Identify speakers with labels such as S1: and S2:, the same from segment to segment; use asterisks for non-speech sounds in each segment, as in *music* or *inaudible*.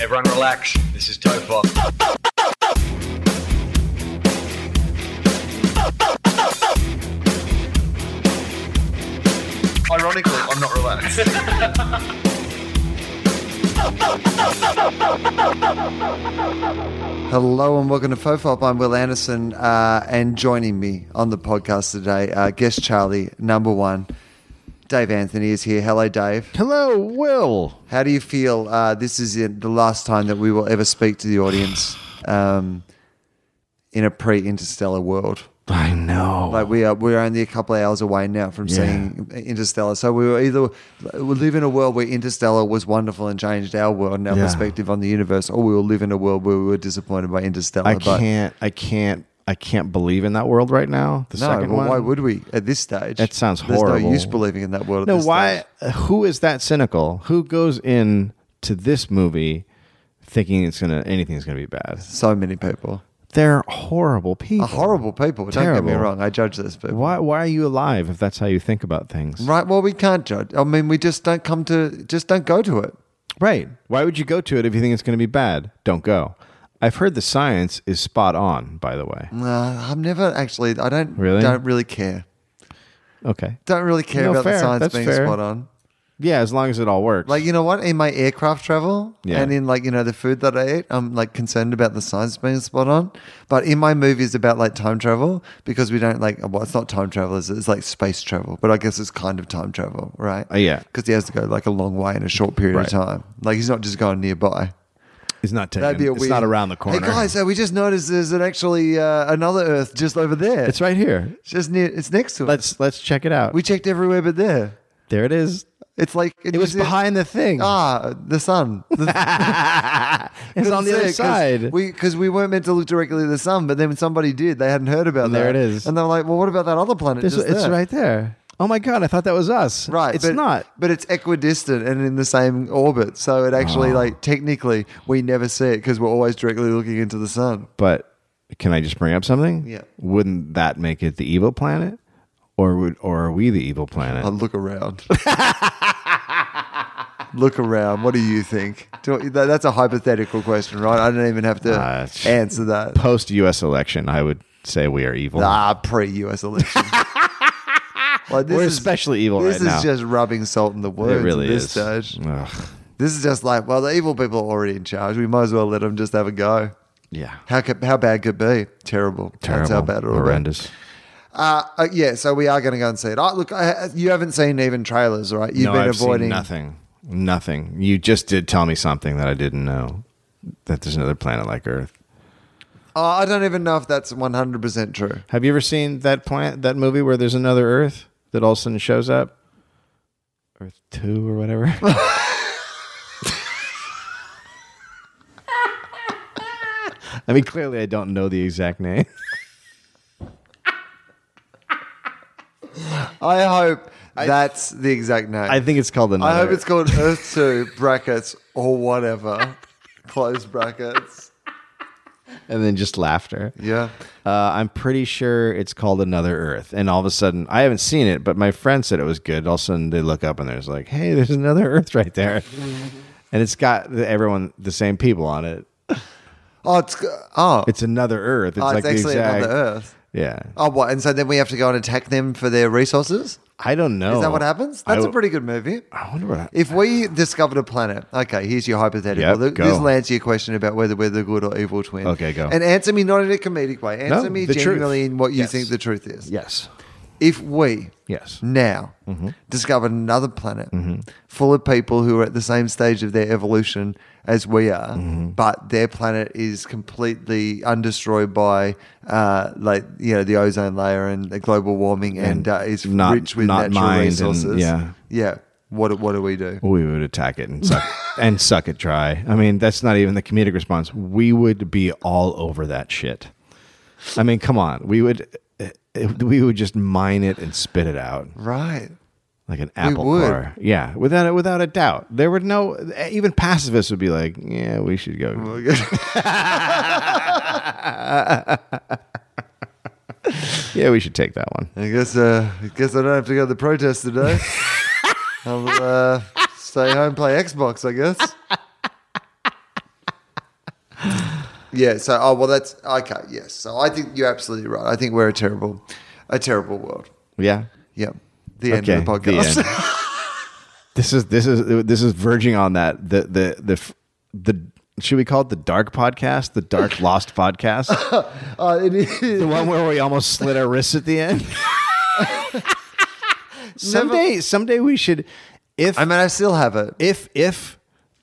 S1: Everyone relax. This is Topop. Ironically, I'm not relaxed.
S2: Hello and welcome to Fofop. I'm Will Anderson, uh, and joining me on the podcast today, uh, guest Charlie number one, Dave Anthony is here. Hello, Dave.
S3: Hello, Will.
S2: How do you feel? Uh, this is the the last time that we will ever speak to the audience um, in a pre-interstellar world.
S3: I know.
S2: Like we are, we're only a couple of hours away now from seeing Interstellar. So we were either we live in a world where Interstellar was wonderful and changed our world and our
S3: Yeah.
S2: perspective on the universe, or we will live in a world where we were disappointed by Interstellar.
S3: I
S2: but
S3: can't. I can't. I can't believe in that world right now. The
S2: No,
S3: second
S2: well,
S3: one.
S2: why would we at this stage?
S3: That sounds
S2: There's no
S3: horrible.
S2: use believing in that world. at
S3: No.
S2: this
S3: Why? uh,
S2: stage.
S3: Who is that cynical? Who goes in to this movie thinking it's gonna anything's gonna be bad?
S2: So many people
S3: They're horrible people.
S2: are horrible people. Don't get me
S3: Terrible.
S2: wrong. I judge those people.
S3: Why? Why are you alive if that's how you think about things?
S2: Right. Well, we can't judge. I mean, we just don't come to. Just don't go to it.
S3: Right. Why would you go to it if you think it's gonna be bad? Don't go. I've heard the science is spot on. By the way.
S2: Uh, I'm never actually. I don't
S3: Really?
S2: Don't really care.
S3: Okay.
S2: Don't really care
S3: No,
S2: about the
S3: fair.
S2: science
S3: That's
S2: being
S3: fair.
S2: spot on.
S3: Yeah. As long as it all works.
S2: Like you know what? In my aircraft travel
S3: Yeah.
S2: and in like you know the food that I eat, I'm like concerned about the science being spot on. But in my movies about like time travel, because we don't like well, it's not time travel, is it? it's like space travel. But I guess it's kind of time travel, right?
S3: Uh, yeah.
S2: because he has to go like a long way in a short period
S3: Right.
S2: of time. Like he's not just going nearby.
S3: it's not taking.
S2: That'd be a
S3: it's
S2: weird.
S3: not around the corner.
S2: Hey guys, uh, we just noticed there's an actually uh, another Earth just over there.
S3: *laughs* It's right here.
S2: It's just near. It's next to us.
S3: Let's let's check it out.
S2: We checked everywhere but there.
S3: there it is.
S2: It's like
S3: It Oh. was behind the thing. *laughs*
S2: Ah, the sun. The
S3: it's on the other
S2: That's it, 'cause
S3: side.
S2: We because we weren't meant to look directly at the sun, but then somebody did. They hadn't heard about
S3: And
S2: that.
S3: there it is.
S2: And they're like, "Well, what about that other planet?
S3: This-
S2: just
S3: it's
S2: there?"
S3: right there. Oh my god! I thought that was us.
S2: Right,
S3: It's
S2: but,
S3: not.
S2: but it's equidistant and in the same orbit. So it actually,
S3: Ah.
S2: like, technically, we never see it because we're always directly looking into the sun.
S3: But can I just bring up something?
S2: Yeah.
S3: Wouldn't that make it the evil planet, or would or are we the evil planet?
S2: I Uh, look
S3: *laughs*
S2: around. look around. What do you think? Do, that- that's a hypothetical question, right? I don't even have to
S3: Uh, it's-
S2: answer that.
S3: Post U.S. election, I would say we are evil.
S2: Ah, pre-US
S3: *laughs*
S2: election. like, this
S3: We're especially evil
S2: This
S3: right
S2: is
S3: now.
S2: just rubbing salt in the wounds.
S3: it really
S2: at this
S3: is.
S2: Stage.
S3: Ugh.
S2: This is just like, well, the evil people are already in charge. We might as well let them just have a go.
S3: Yeah.
S2: How could, how bad could it be? Terrible. That's how
S3: Terrible.
S2: bad it will be.
S3: Horrendous.
S2: Uh, uh, yeah, so we are going to go and see it. Oh, look, I, you haven't seen even trailers, right? You've
S3: no,
S2: been
S3: I've seen
S2: avoiding
S3: nothing. Nothing. You just did tell me something that I didn't know. That there's another planet like Earth.
S2: Oh, I don't even know if that's one hundred percent true.
S3: Have you ever seen that plant that movie where there's another Earth that all of a sudden shows up? Earth two or whatever. *laughs* I mean, clearly, I don't know the exact name.
S2: I hope that's the exact name.
S3: *laughs* I think it's called another.
S2: I hope it's called Earth Two brackets or
S3: *laughs*
S2: whatever. Close brackets.
S3: and then just laughter.
S2: Yeah.
S3: Uh, I'm pretty sure it's called Another Earth. And all of a sudden, I haven't seen it, but my friend said it was good. All of a sudden, they look up and there's like, hey, there's another *laughs* Earth right
S2: *laughs*
S3: there. and it's got the- everyone, the same people on it.
S2: Oh, it's oh,
S3: It's another Earth. It's
S2: oh,
S3: like
S2: it's
S3: the
S2: actually
S3: exact,
S2: another Earth.
S3: Yeah.
S2: Oh, what? And so then we have to go and attack them for their resources.
S3: I don't know.
S2: Is that what happens?
S3: Oh. I
S2: That's a
S3: w-
S2: pretty good movie.
S3: I wonder what.
S2: If we discovered a planet, okay, here's your hypothetical.
S3: Yep,
S2: Th-
S3: go.
S2: This will answer your question about whether we're the good or evil twin.
S3: Okay, go.
S2: And answer me not in a comedic way. Answer me
S3: the truth.
S2: genuinely in what you
S3: Yes.
S2: think the truth is.
S3: yes.
S2: If we
S3: Yes.
S2: now
S3: Mm-hmm.
S2: discovered another planet full of people who are at the same stage of their evolution as we are,
S3: Mm-hmm.
S2: but their planet is completely undestroyed by, uh, like you know, the ozone layer and the global warming, and,
S3: And
S2: uh, is
S3: not-
S2: rich with
S3: not
S2: natural
S3: mined and-
S2: resources.
S3: yeah.
S2: yeah. What what do we do?
S3: we would attack it and suck
S2: *laughs*
S3: and suck it dry. I mean, that's not even the comedic response. We would be all over that shit. I mean, come on. We would eh, we would just mine it and spit it out *laughs*
S2: Right.
S3: like an apple
S2: would.
S3: core. Yeah, without without a doubt. There would no even pacifists would be like, "Yeah, we should go." yeah, we should take that one.
S2: I guess uh, I guess I don't have to go to the protest *laughs* today. I'll uh, stay home play Xbox. I guess. yeah. So oh well, that's okay. Yes. So I think you're absolutely right. I think we're a terrible, a terrible world.
S3: Yeah.
S2: Yep. The end of the
S3: Okay, the
S2: podcast. *laughs*
S3: end. this is this is this is verging on that the the the f- the should we call it the dark podcast,
S2: *laughs*
S3: the dark lost podcast,
S2: uh, it is.
S3: the one where we almost slit our wrists at
S2: *laughs*
S3: the end. someday, someday we should. If
S2: I mean, I still have it.
S3: if if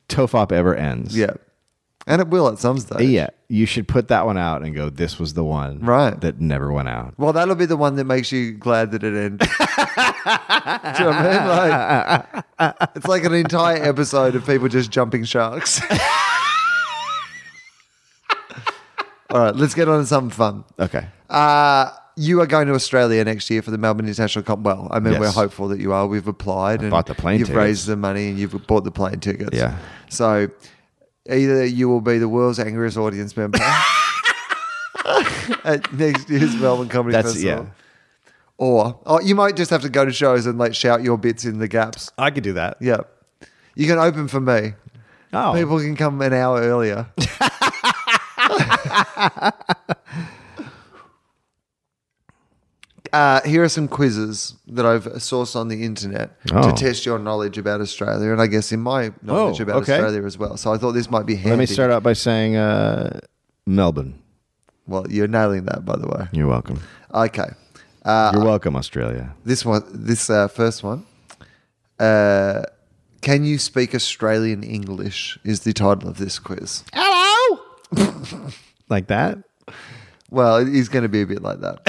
S3: Tofop ever ends,
S2: Yeah. And it will at some stage.
S3: yeah, you should put that one out and go. This was the one,
S2: Right.
S3: That never went out.
S2: Well, that'll be the one that makes you glad that it ended. *laughs* Do you know what I mean? Like, it's like an entire episode of people just jumping sharks. *laughs* All right, let's get on to something fun.
S3: Okay,
S2: Uh, you are going to Australia next year for the Melbourne International Comp. Well, I mean,
S3: Yes.
S2: we're hopeful that you are. We've applied and
S3: bought the plane
S2: You've
S3: tickets.
S2: raised the money and you've bought the plane tickets.
S3: Yeah.
S2: So either you will be the world's angriest audience
S3: *laughs*
S2: member at next year's Melbourne Comedy
S3: that's
S2: Festival.
S3: yeah.
S2: Or, or you might just have to go to shows and like shout your bits in the gaps.
S3: I could do that.
S2: Yeah. You can open for me.
S3: Oh,
S2: People can come an hour
S3: *laughs*
S2: earlier. uh, here are some quizzes that I've sourced on the internet
S3: Oh.
S2: to test your knowledge about Australia, and I guess in my knowledge
S3: Oh,
S2: about
S3: okay.
S2: Australia as well. So I thought this might be handy.
S3: let me start out by saying uh, Melbourne.
S2: Well, you're nailing that, by the way.
S3: You're welcome.
S2: Okay,
S3: You're welcome, Australia.
S2: this one, this uh, first one. Uh, can you speak Australian English? Is the title of this quiz.
S3: Hello. like that?
S2: Well, it is going to be a bit like that.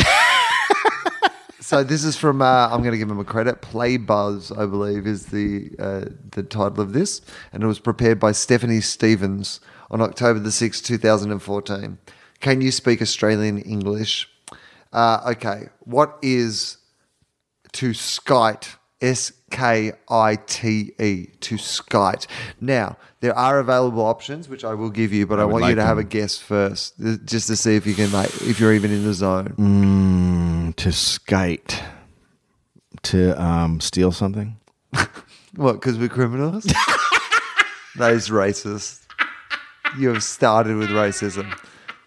S2: so this is from uh, I'm going to give him a credit. Play Buzz, I believe, is the uh, the title of this, and it was prepared by Stephanie Stevens on October the sixth, two thousand and fourteen. Can you speak Australian English? Uh, okay, what is to skite? S K I T E to skite. Now there are available options, which I will give you, but I,
S3: would
S2: want you
S3: like
S2: to have a
S3: them.
S2: guess first, th- just to see if you can like if you're even in the zone.
S3: Mm. To skite. To um, steal something.
S2: What? Because we're
S3: *laughs*
S2: criminals? that is racist. You have started with racism.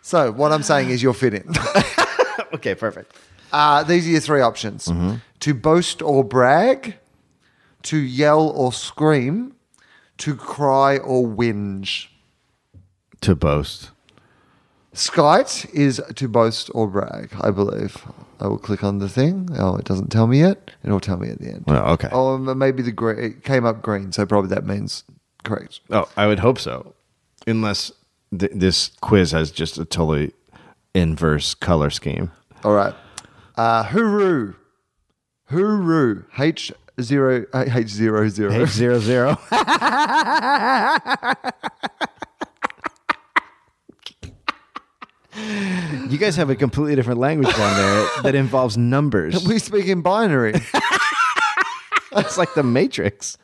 S2: So what I'm saying is you're fitting. *laughs*
S3: Okay, perfect.
S2: Uh, these are your three options:
S3: Mm-hmm.
S2: to boast or brag, to yell or scream, to cry or whinge.
S3: To boast.
S2: Skite is to boast or brag, I believe. I will click on the thing. Oh, it doesn't tell me yet. It'll tell me at the end.
S3: Well, okay.
S2: Oh, m- maybe the green. It came up green, so probably that means correct.
S3: Oh, I would hope so. Unless th- this quiz has just a totally inverse color scheme.
S2: All right. Uh, hooroo. Hooroo. H zero uh, H zero zero.
S3: zero zero. *laughs* You guys have a completely different language down there that involves *laughs*
S2: *laughs*
S3: numbers.
S2: We speak in binary.
S3: *laughs* It's like the Matrix.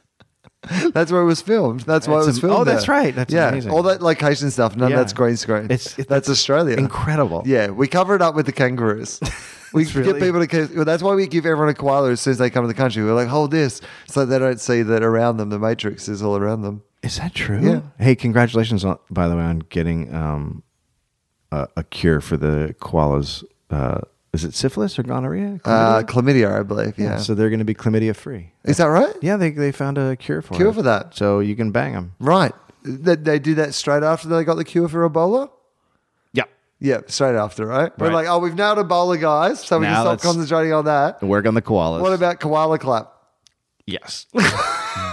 S2: That's where it was filmed. That's why it
S3: That's
S2: was
S3: am-
S2: filmed.
S3: oh, that's
S2: there.
S3: right. That's
S2: yeah.
S3: amazing.
S2: All that location stuff. None
S3: Yeah.
S2: of that's green screen.
S3: It's- it-
S2: that's Australia.
S3: Incredible.
S2: Yeah, we cover it up with the
S3: *laughs*
S2: kangaroos. We get
S3: really-
S2: people to. ca- Well, that's why we give everyone a koala as soon as they come to the country. We're like, hold this, so they don't see that around them the matrix is all around them.
S3: Is that true?
S2: Yeah.
S3: Hey, congratulations on, by the way on getting um, a, a cure for the koalas. Uh, is it syphilis or gonorrhea?
S2: Uh, chlamydia, I believe. Yeah.
S3: So they're going to be chlamydia free.
S2: is that right?
S3: Yeah, they, they found a cure for
S2: Cure
S3: it.
S2: for that.
S3: So you can bang them.
S2: Right. They, they do that straight after they got the cure for Ebola.
S3: Yeah.
S2: Yeah, straight after, right? We're
S3: Right.
S2: like, oh, we've nailed Ebola, guys. So we
S3: Now
S2: can stop
S3: let's-
S2: concentrating on that.
S3: Work on the koalas.
S2: What about koala clap?
S3: *laughs* Yes.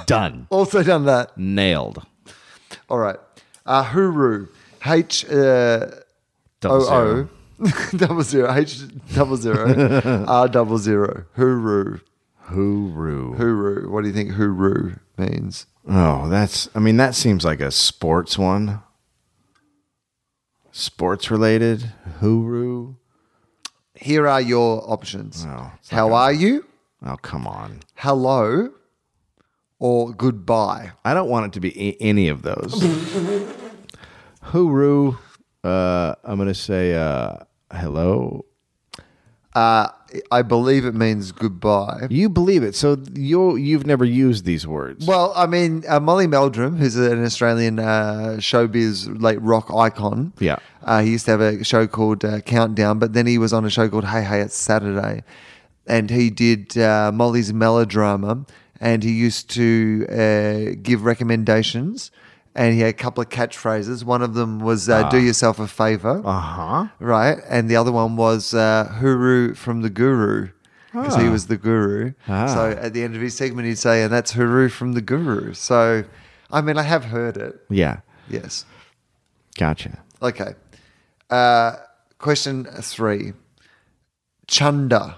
S3: Done.
S2: Also done that.
S3: Mm. Nailed.
S2: All right. Uh, Huru. H uh,
S3: Double
S2: O
S3: zero.
S2: *laughs*
S3: *laughs*
S2: O double zero H double zero R double zero Huru.
S3: oh. Hooroo.
S2: Hooroo. What do you think hooroo means?
S3: Oh, that's. I mean, that seems like a sports one. Sports related. Hooroo.
S2: Here are your options.
S3: No, it's not
S2: How
S3: gonna-
S2: are you?
S3: Oh, come on.
S2: Hello or goodbye?
S3: I don't want it to be a- any of those. Hooroo. Uh, I'm gonna say uh, hello.
S2: I believe it means goodbye.
S3: You believe it, so you you've never used these words.
S2: Well, I mean, uh, Molly Meldrum, who's an Australian uh, showbiz like rock icon.
S3: Yeah.
S2: Uh, he used to have a show called uh, Countdown, but then he was on a show called Hey Hey It's Saturday, and he did uh, Molly's melodrama, and he used to uh, give recommendations, and he had a couple of catchphrases. One of them was uh, "Do yourself a favor,"
S3: Uh huh.
S2: right, and the other one was uh, "Hooroo from the Guru." Because he was the guru. So at the end of his segment, he'd say, and that's hooroo from the guru. So, I mean, I have heard it.
S3: Yeah.
S2: Yes.
S3: Gotcha.
S2: Okay. Uh, question three Chunda.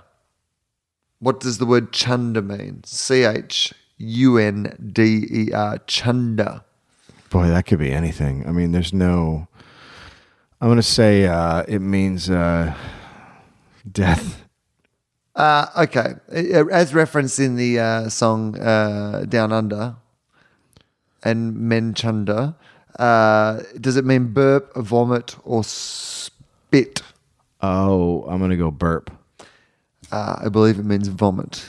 S2: What does the word chunda mean? C H U N D E R. Chunda.
S3: Boy, that could be anything. I mean, there's no. I'm gonna say uh, it means uh, death.
S2: Uh, okay. Uh, As referenced in the uh, song uh, Down Under and Men Chunda, uh, does it mean burp, vomit, or spit?
S3: Oh, I'm gonna go burp.
S2: Uh, I believe it means vomit.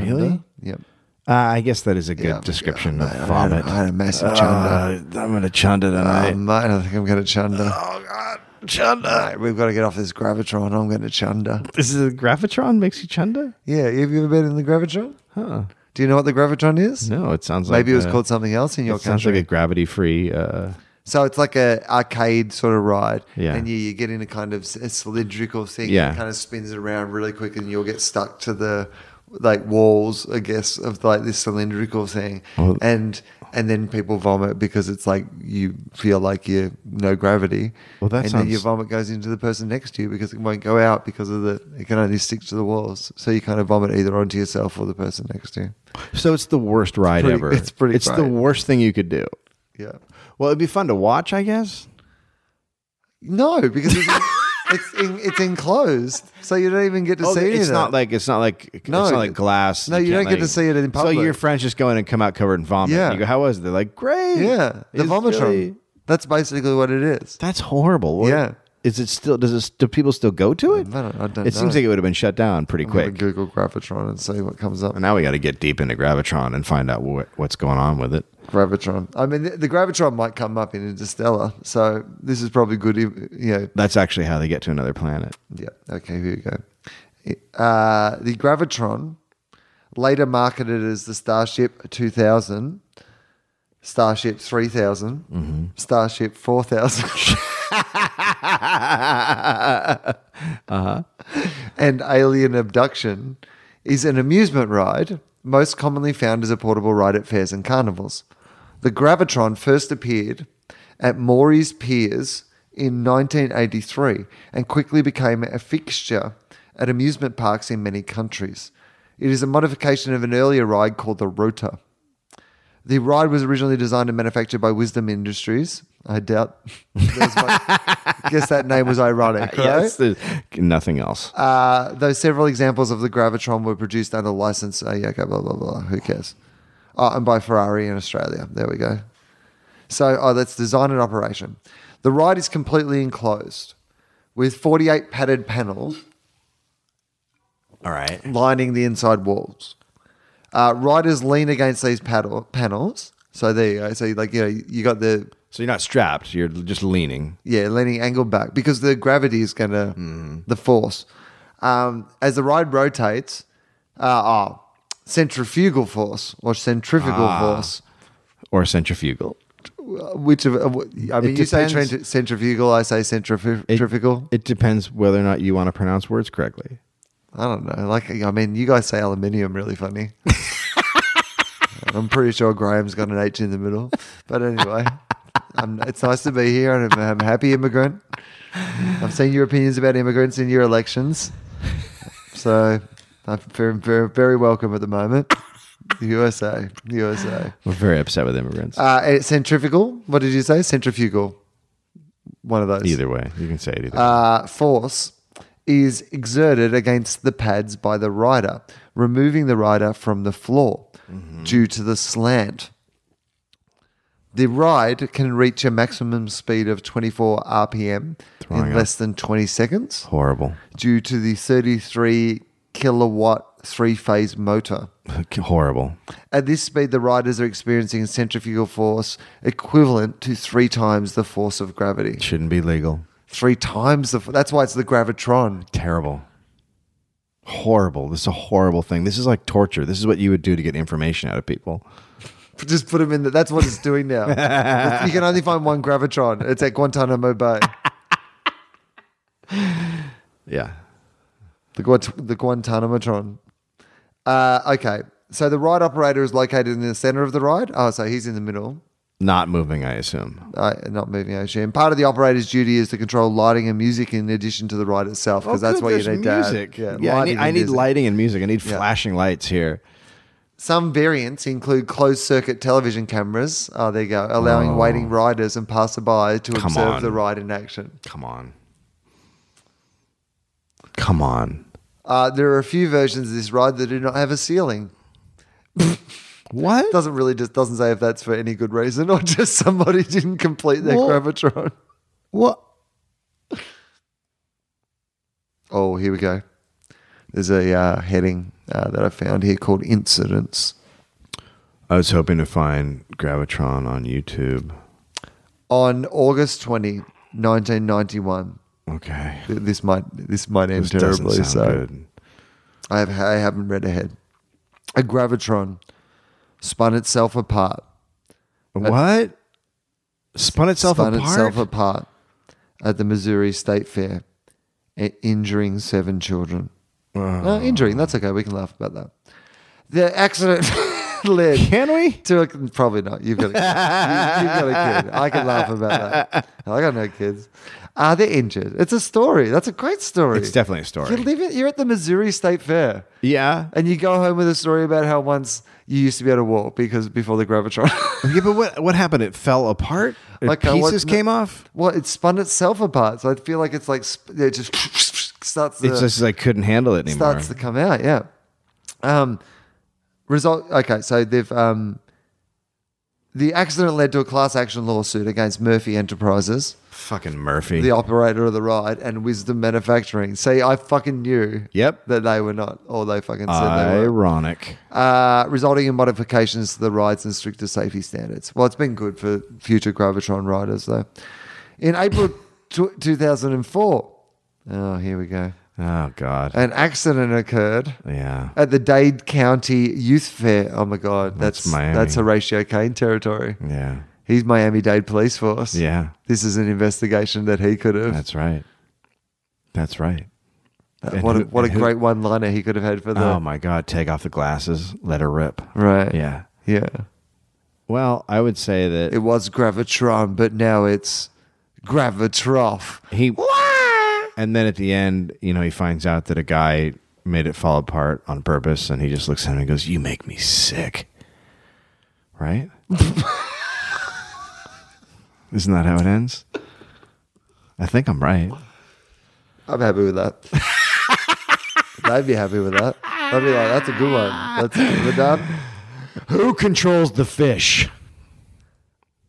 S3: Really?
S2: Yep.
S3: Uh, I guess that is a good
S2: Yeah,
S3: description
S2: yeah. I
S3: of
S2: had-
S3: vomit. Um,
S2: I had a massive chunda.
S3: Uh, I'm gonna chunda
S2: I
S3: tonight.
S2: might. I think I'm going to chunder.
S3: oh God, chunda.
S2: Mate, we've got to get off this gravitron. I'm going to chunder.
S3: This is a Graphitron makes you chunda.
S2: Yeah, have you ever been in the gravitron?
S3: Huh?
S2: Do you know what the gravitron is?
S3: No, it sounds like
S2: Maybe it was
S3: uh,
S2: called something else in your
S3: It sounds like
S2: country.
S3: a gravity-free. Uh,
S2: so it's like a arcade sort of ride,
S3: Yeah.
S2: and you, you get in a kind of s- a cylindrical thing.
S3: Yeah.
S2: it kind of spins around really quick, and you'll get stuck to the like walls, I guess, of like this cylindrical thing,
S3: Well-
S2: and and then people vomit because it's like you feel like you no gravity.
S3: Well, that
S2: and then your
S3: sounds-
S2: vomit goes into the person next to you because it won't go out because of the it can only stick to the walls. So you kind of vomit either onto yourself or the person next to you.
S3: so it's the worst ride
S2: pretty-
S3: ever.
S2: it's pretty
S3: It's the
S2: bad.
S3: worst thing you could do.
S2: Yeah.
S3: Well, it'd be fun to watch, I guess.
S2: No, because it's it's, in, it's enclosed, so you don't even get to
S3: Oh,
S2: see any
S3: it's
S2: of
S3: not
S2: that.
S3: like it's not like
S2: No,
S3: it's not like glass.
S2: no, you
S3: can't,
S2: don't get to
S3: like-
S2: see it in
S3: So
S2: public.
S3: your friends just go in and come out covered in vomit.
S2: Yeah.
S3: You go, how was it? They're like, great.
S2: yeah, the
S3: It's
S2: vomitron.
S3: really-
S2: That's basically what it is.
S3: that's horrible. What-
S2: Yeah.
S3: Is it still? Does it? Do people still go to it?
S2: I don't- I don't
S3: it seems
S2: know.
S3: like it would have been shut down pretty
S2: I'm gonna
S3: quick.
S2: Google gravitron and see what comes up.
S3: And now we got to get deep into gravitron and find out what, what's going on with it.
S2: Gravitron. I mean, the, the gravitron might come up in Interstellar, so this is probably good. if- You know,
S3: That's actually how they get to another planet.
S2: Yeah. Okay. Here we go. Uh, the Gravitron, later marketed as the Starship 2000, Starship 3000,
S3: Mm-hmm.
S2: Starship 4000.
S3: *laughs*
S2: And Alien Abduction is an amusement ride, most commonly found as a portable ride at fairs and carnivals. The Gravitron first appeared at Maury's Piers in 1983 and quickly became a fixture at amusement parks in many countries. It is a modification of an earlier ride called the Rotor. The ride was originally designed and manufactured by Wisdom Industries. I doubt. *laughs* I guess that name was ironic, right?
S3: *laughs* Yes, there's nothing else.
S2: Uh, though several examples of the Gravitron were produced under license. Oh, yeah, okay, blah, blah, blah. Who cares? Oh, and by Ferrari in Australia. There we go. So, oh, that's design and operation. The ride is completely enclosed with 48 padded panels
S3: All right.
S2: lining the inside walls. Uh, riders lean against these paddle panels. So there you go. So like you know, you got the
S3: So you're not strapped. You're just leaning.
S2: Yeah, leaning angled back because the gravity is going to,
S3: Mm-hmm.
S2: the force. Um, as the ride rotates, uh, oh, centrifugal force or centrifugal
S3: Ah.
S2: force.
S3: Or centrifugal.
S2: Which of, uh, wh- I mean, you say
S3: depends.
S2: tren- centrifugal, I say centrif-
S3: It-
S2: centrifugal.
S3: It depends whether or not you want to pronounce words correctly.
S2: I don't know. Like, I mean, you guys say aluminium really funny. I'm pretty sure Graham's got an H in the middle. But anyway, I'm, it's nice to be here and I'm, I'm a happy immigrant. I've seen your opinions about immigrants in your elections. So I'm very, very, very welcome at the moment. The USA, the USA.
S3: We're very upset with immigrants.
S2: Uh, and it's centrifugal. What did you say? Centrifugal. One of those.
S3: either way, you can say it either.
S2: uh, force is exerted against the pads by the rider, removing the rider from the floor
S3: Mm-hmm.
S2: due to the slant. The ride can reach a maximum speed of 24 RPM
S3: Throwing
S2: in
S3: up.
S2: less than 20 seconds
S3: horrible,
S2: due to the 33 kilowatt three phase motor.
S3: *laughs* horrible.
S2: At this speed, the riders are experiencing centrifugal force equivalent to three times the force of gravity.
S3: Shouldn't be legal.
S2: Three times the. f- That's why it's the gravitron.
S3: Terrible. Horrible. This is a horrible thing. This is like torture. This is what you would do to get information out of people.
S2: *laughs* Just put him in. The, that's what it's doing
S3: *laughs*
S2: now. you can only find one gravitron. It's at Guantanamo Bay.
S3: Yeah.
S2: The, Guant- the Guantanamatron. Uh, okay. So the ride operator is located in the center of the ride. Oh, so he's in the middle.
S3: Not moving, I assume.
S2: Uh, not moving, I assume. Part of the operator's duty is to control lighting and music in addition to the ride itself, because that's
S3: good,
S2: what you
S3: there's
S2: need
S3: Oh, music.
S2: to add.
S3: Yeah, I
S2: lighting
S3: need,
S2: and
S3: I need
S2: music.
S3: lighting and music. I need
S2: Yeah.
S3: flashing lights here.
S2: Some variants include closed circuit television cameras. Oh, there you go. Allowing waiting riders and passerby to
S3: Come
S2: observe
S3: on.
S2: the ride in action.
S3: Come on. Come on.
S2: Uh, there are a few versions of this ride that do not have a ceiling.
S3: What?
S2: Doesn't really just doesn't say if that's for any good reason or *laughs* just somebody didn't complete their
S3: Well-
S2: gravitron.
S3: what?
S2: Oh, here we go. There's a uh, heading uh, that I found here called incidents
S3: I was hoping to find Gravitron on YouTube.
S2: on August 20, 1991.
S3: Okay.
S2: th- This might this might end
S3: This doesn't
S2: terribly.
S3: sound
S2: So
S3: good.
S2: I have I haven't read ahead. A gravitron spun itself apart.
S3: What? Spun itself
S2: spun
S3: apart?
S2: itself apart at the Missouri State Fair, i- injuring seven children. No, injuring, that's okay. We can laugh about that. The accident *laughs* led
S3: Can we?
S2: to a, probably not. You've got a kid. You, have got a kid. I can laugh about
S3: *laughs*
S2: that. I got no kids. Ah, they're injured. It's a story. That's a great story.
S3: It's definitely a story.
S2: You live it. You're at the Missouri State Fair,
S3: Yeah.
S2: and you go home with a story about how once you used to be able to walk because before the gravitron. *laughs*
S3: Yeah, but what what happened? It fell apart.
S2: Okay, what-
S3: pieces came off.
S2: Well, it spun itself apart, so I feel like it's like sp- it just *laughs* starts to,
S3: It's just I couldn't handle it anymore.
S2: starts to come out. Yeah. Um, result. Okay, so they've um, the accident led to a class action lawsuit against Murphy Enterprises,
S3: Fucking Murphy.
S2: the operator of the ride, and Wisdom Manufacturing. See, I fucking knew.
S3: Yep.
S2: That they were not, or they fucking said they were,
S3: Ironic.
S2: uh, resulting in modifications to the rides and stricter safety standards. Well, it's been good for future Gravitron riders, though. In April tw 2004, oh, here we go,
S3: Oh God.
S2: an accident occurred
S3: yeah.
S2: at the Dade County Youth Fair. Oh my God, that's
S3: That's Miami.
S2: that's Horatio Kane territory.
S3: Yeah.
S2: He's Miami Dade Police Force.
S3: Yeah.
S2: This is an investigation that he could have. uh,
S3: That's right. That's right. and
S2: what a,
S3: who-
S2: what a
S3: and who-
S2: great one liner he could have had for the.
S3: Oh my God. Take off the glasses. Let her rip.
S2: right.
S3: Yeah.
S2: Yeah.
S3: Well, I would say that
S2: It was Gravitron, but now it's Gravitroff.
S3: he. And then at the end, you know, he finds out that a guy made it fall apart on purpose, and he just looks at him and goes, "You make me sick." Right? *laughs* Isn't that how it ends? I think I'm right.
S2: I'm happy with
S3: *laughs*
S2: that. They'd be happy with that. They'd be like, that's a good one. That's good
S3: *laughs*
S2: done.
S3: Who controls the fish?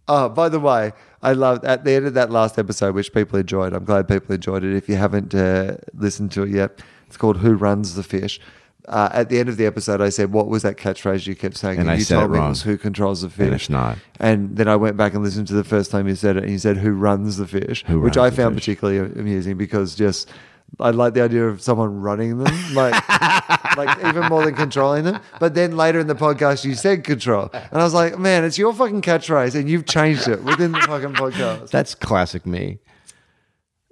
S2: Oh, by the way, I loved at the end of that last episode, which people enjoyed. I'm glad people enjoyed it. If you haven't uh, listened to it yet, it's called Who Runs the Fish. Uh, at the end of the episode, I said, "What was that catchphrase you kept saying?"
S3: And I
S2: you
S3: said
S2: told
S3: it
S2: me
S3: wrong.
S2: was "Who controls the fish?"
S3: And it's not.
S2: And then I went back and listened to the first time you said it, and you said "Who runs the fish,"
S3: Who
S2: which I
S3: runs the
S2: found
S3: fish.
S2: particularly amusing because just I like the idea of someone running them, like
S3: *laughs*
S2: like even more than controlling them. But then later in the podcast, you said control, and I was like, man, it's your fucking catchphrase, and you've changed it within the fucking podcast.
S3: That's classic me.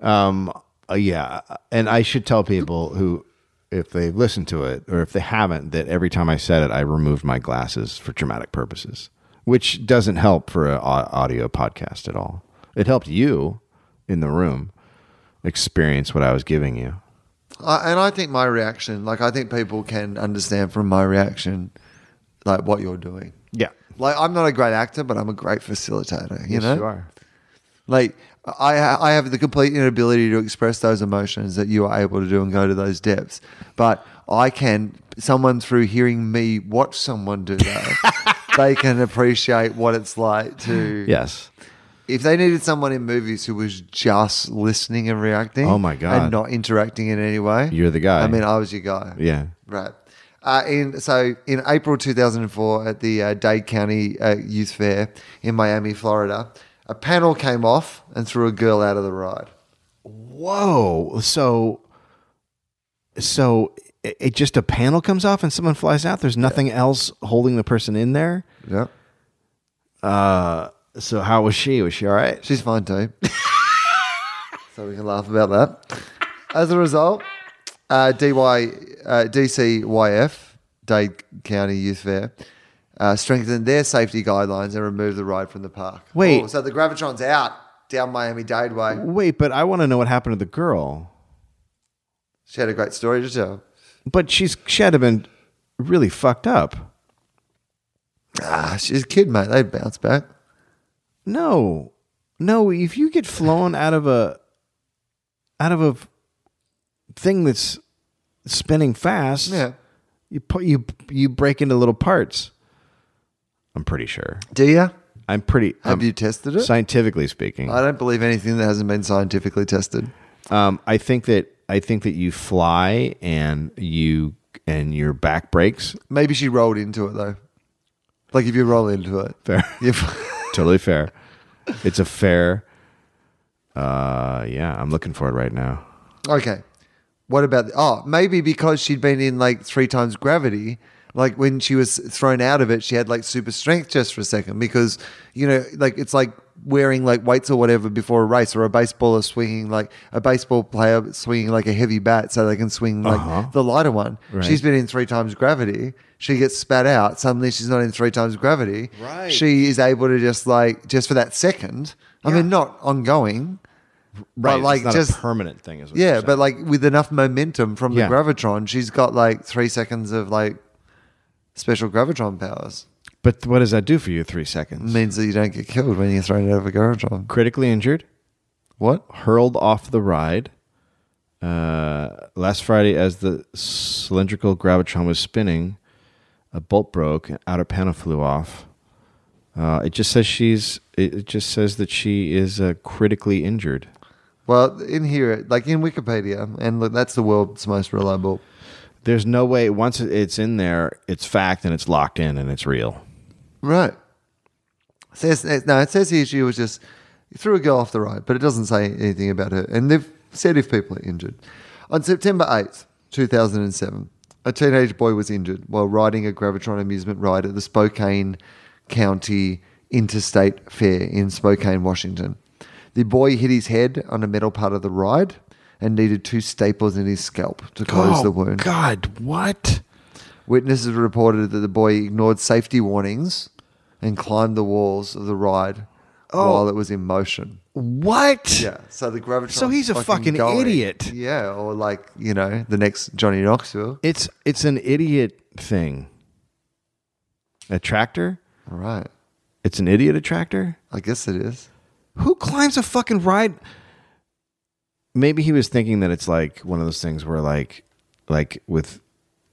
S3: Um, uh, yeah, and I should tell people who, if they've listened to it or if they haven't, that every time I said it, I removed my glasses for dramatic purposes, which doesn't help for an audio podcast at all. It helped you in the room experience what I was giving you.
S2: I, and I think my reaction, like I think people can understand from my reaction, like what you're doing.
S3: Yeah.
S2: Like I'm not a great actor, but I'm a great facilitator. You know,
S3: Yes, you are.
S2: like I ha- I have the complete inability to express those emotions that you are able to do and go to those depths, but I can. Someone through hearing me watch someone do
S3: *laughs*
S2: that, they can appreciate what it's like to.
S3: Yes.
S2: If they needed someone in movies who was just listening and reacting,
S3: Oh my God.
S2: and not interacting in any way,
S3: You're the guy.
S2: I mean, I was your guy.
S3: Yeah.
S2: Right. Uh, in so in April 2004 at the uh, Dade County uh, Youth Fair in Miami, Florida, a panel came off and threw a girl out of the ride.
S3: Whoa. So, so it, it just a panel comes off and someone flies out. There's nothing else holding the person in there.
S2: Yeah,
S3: Uh, so how was she? Was she all right?
S2: she's fine too. *laughs* so we can laugh about that. As a result, uh, DY uh, DCYF Dade County Youth Fair. Uh, strengthened their safety guidelines and removed the ride from the park.
S3: Wait.
S2: Oh, so the Gravitron's out down Miami Dade Way.
S3: Wait, but I want to know what happened to the girl.
S2: She had a great story to tell.
S3: But she's she had to have been really fucked up.
S2: Ah, she's a kid, mate. They'd bounce back.
S3: No, no. If you get flown out of a out of a thing that's spinning fast, you pu- you you break into little parts. I'm pretty sure.
S2: Do you? Have
S3: I'm pretty. um,
S2: you tested it?
S3: scientifically speaking?
S2: I don't believe anything that hasn't been scientifically tested.
S3: Um, I think that I think that you fly and you and your back
S2: *laughs*
S3: breaks.
S2: Maybe she rolled into it though. Like if you roll into it,
S3: Fair,
S2: *laughs* you
S3: totally fair. It's a fair. Uh, yeah, I'm looking for it right now.
S2: okay. What about? oh, maybe because she'd been in like three times gravity. Like when she was thrown out of it, she had like super strength just for a second because you know, like it's like wearing like weights or whatever before a race, or a baseballer swinging like a baseball player swinging like a heavy bat so they can swing like
S3: Uh-huh.
S2: the lighter one. She's been in three times gravity. She gets spat out. Suddenly she's not in three times gravity. Right. She is able to just like just for that second. I mean, not ongoing. Right. But like
S3: it's not
S2: just
S3: a permanent thing. Is what
S2: yeah,
S3: you're
S2: but
S3: saying.
S2: like with enough momentum from
S3: Yeah.
S2: the gravitron, she's got like three seconds of like special gravitron powers.
S3: but what does that do for you? Three seconds.
S2: means that you don't get killed when you're thrown out of a gravitron.
S3: Critically injured,
S2: What?
S3: hurled off the ride. Uh, last Friday, as the cylindrical gravitron was spinning, a bolt broke. An outer panel flew off. Uh, it just says she's. It it just says that she is uh, critically injured.
S2: Well, in here, like in Wikipedia, and look, that's the world's most reliable.
S3: There's no way. Once it- it's in there, it's fact and it's locked in and it's real.
S2: Right. Says eh, no, it says here she was just threw a girl off the ride, but it doesn't say anything about her. And they've said if people are injured. On September eighth, two thousand and seven, a teenage boy was injured while riding a gravitron amusement ride at the Spokane County Interstate Fair in Spokane, Washington. The boy hit his head on a metal part of the ride and needed two staples in his scalp to close the wound.
S3: Oh, God, what?
S2: Witnesses reported that the boy ignored safety warnings and climbed the walls of the ride while it was in motion.
S3: What?
S2: Oh. Yeah, so the gravitron.
S3: So he's a fucking idiot.
S2: Yeah, or like you know the next Johnny Knoxville.
S3: It's it's an idiot thing. A tractor?
S2: All right,
S3: It's an idiot attractor?
S2: I guess it is.
S3: Who climbs a fucking ride? Maybe he was thinking that it's like one of those things where like like with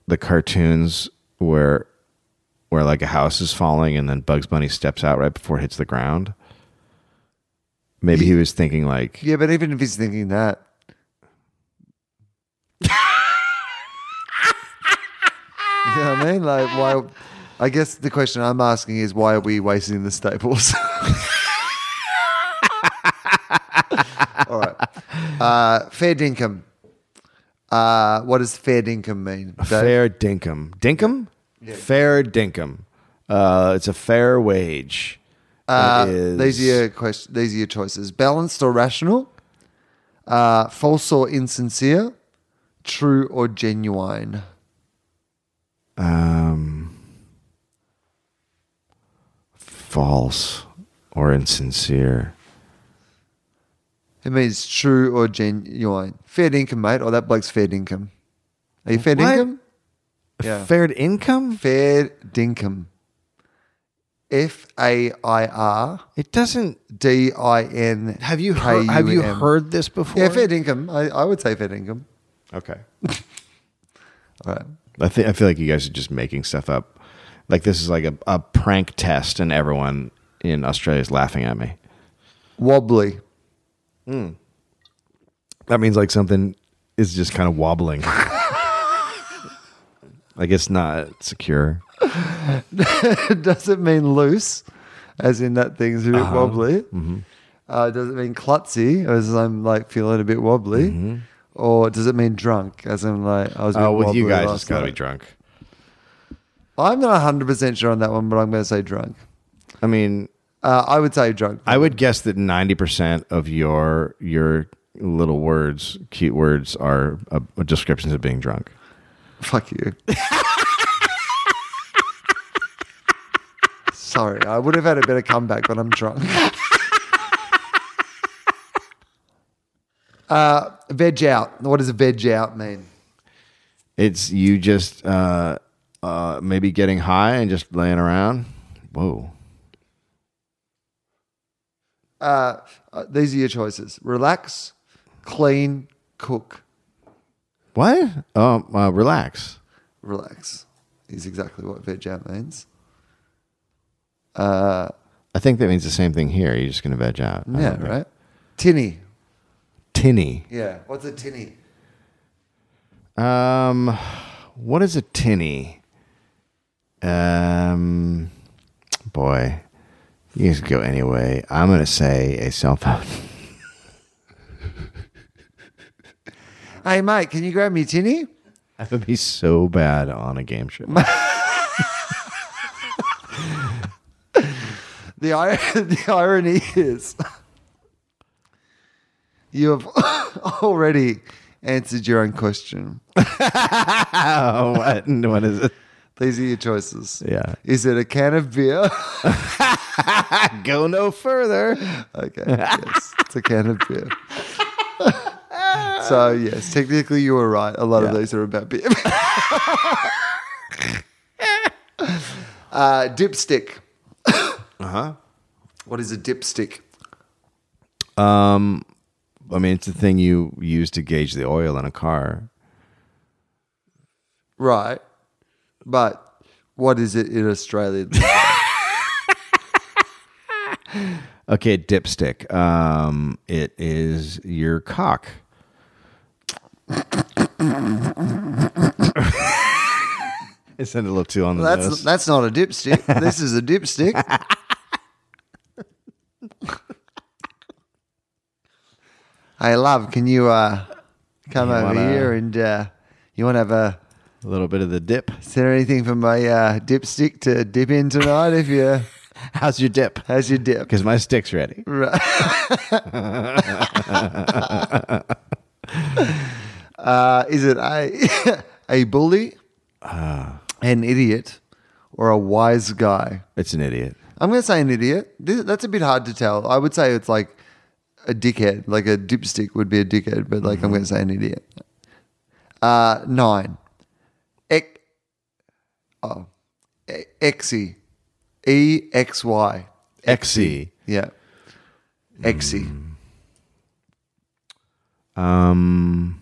S3: the cartoons where where like a house is falling and then Bugs Bunny steps out right before it hits the ground. Maybe he was thinking like
S2: Yeah, but even if he's thinking that, you know what I mean? Like why? I guess the question I'm asking is why are we wasting the staples? *laughs* All right. Uh, fair dinkum. Uh, what does fair dinkum mean? Dave?
S3: fair dinkum. Dinkum? Fair dinkum. Uh, it's a fair wage.
S2: Uh,
S3: It is-
S2: These are your question. These are your choices: balanced or rational, uh, false or insincere, true or genuine.
S3: um, false or insincere.
S2: It means true or genuine. Fair income, mate, or that bloke's fair income. Are you fair
S3: What?
S2: income? Yeah.
S3: Fared income?
S2: Fair dinkum. F A I R
S3: It doesn't.
S2: D I N.
S3: Have you heard, have you
S2: K U M.
S3: heard this before?
S2: Yeah, fair dinkum. I, I would say fair dinkum.
S3: Okay.
S2: All right.
S3: I think I feel like you guys are just making stuff up. Like this is like a, a prank test, and everyone in Australia is laughing at me.
S2: Wobbly. *laughs*
S3: That means like something is just kind of *laughs* wobbling. like it's not secure.
S2: does it mean loose, as in that thing's a bit
S3: Uh-huh.
S2: wobbly?
S3: Mm-hmm.
S2: Uh, does it mean klutzy, as I'm like feeling a bit wobbly? Or does it mean drunk, as in like I was? a bit
S3: Oh, Mm-hmm. with you
S2: wobbly
S3: guys,
S2: last
S3: it's got to be
S2: night?
S3: drunk.
S2: I'm not 100 percent sure on that one, but I'm going to say drunk.
S3: I mean,
S2: Uh, I would say drunk.
S3: I would guess that ninety percent of your your little words, cute words, are uh, descriptions of being drunk.
S2: Fuck
S3: *laughs*
S2: you. Sorry, I would have had a better comeback when I'm
S3: *laughs*
S2: drunk. uh, veg out. What does a veg out mean?
S3: It's you just uh, uh, maybe getting high and just laying around. Whoa.
S2: uh, uh, these are your choices: relax, clean, cook,
S3: What? Oh, uh, relax.
S2: relax. Is exactly what veg out means.
S3: I think that means the same thing here. You're just going to veg out. I
S2: Yeah,
S3: don't know.
S2: right. Tinny.
S3: Tinny.
S2: Yeah. What's a tinny?
S3: Um, what is a tinny? Um, boy, you guys go anyway. I'm going to say a cell phone.
S2: Hey, mate, can you grab me a tinny?
S3: *laughs* That would be so bad on a game show. *laughs*
S2: The ir- *laughs* the irony is, you have *laughs* already answered your own question.
S3: oh, what? What is it?
S2: These are your choices.
S3: Yeah.
S2: Is it a can of beer? *laughs*
S3: Go no further.
S2: Okay. yes, it's a can of beer. *laughs* so yes, technically you were right. A lot of
S3: Yeah.
S2: these are about beer. *laughs* uh, dipstick. uh huh.
S3: Uh-huh.
S2: What is a dipstick?
S3: I mean, it's the thing you use to gauge the oil in a car.
S2: Right, but what is it in Australia?
S3: Okay, dipstick. Um, it is your cock. *laughs* I sounded a little too on the
S2: that's
S3: nose.
S2: that's not a dipstick. This is a dipstick. hey, love, can you uh, come over
S3: wanna-
S2: here and uh, you want to have a
S3: a little bit of the dip.
S2: Is there anything for my uh, dipstick to dip in tonight? If you
S3: How's your dip?
S2: how's your dip?
S3: Because my stick's ready.
S2: Uh, *laughs* is it a *laughs* a bully, an idiot, or a wise guy?
S3: It's an idiot.
S2: I'm going to say an idiot. This, that's a bit hard to tell. I would say it's like a dickhead. Like a dipstick would be a dickhead, but like I'm going to say an idiot. Uh, nine. Ec- oh, E- exy, e x y.
S3: Exy.
S2: Yeah, E. exy.
S3: Um,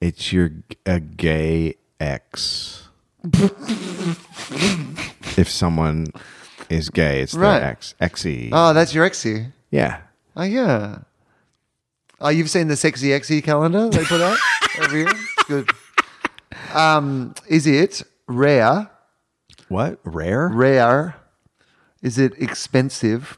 S3: it's your g- a gay
S2: *laughs*
S3: ex. if someone is gay, it's
S2: Right.
S3: their ex. Exy.
S2: Oh, that's your exy.
S3: yeah.
S2: Oh yeah. Oh, you've seen the sexy exy calendar they put
S3: *laughs*
S2: out every year. It's good. Um, is it rare?
S3: What? Rare?
S2: Rare? Is it expensive?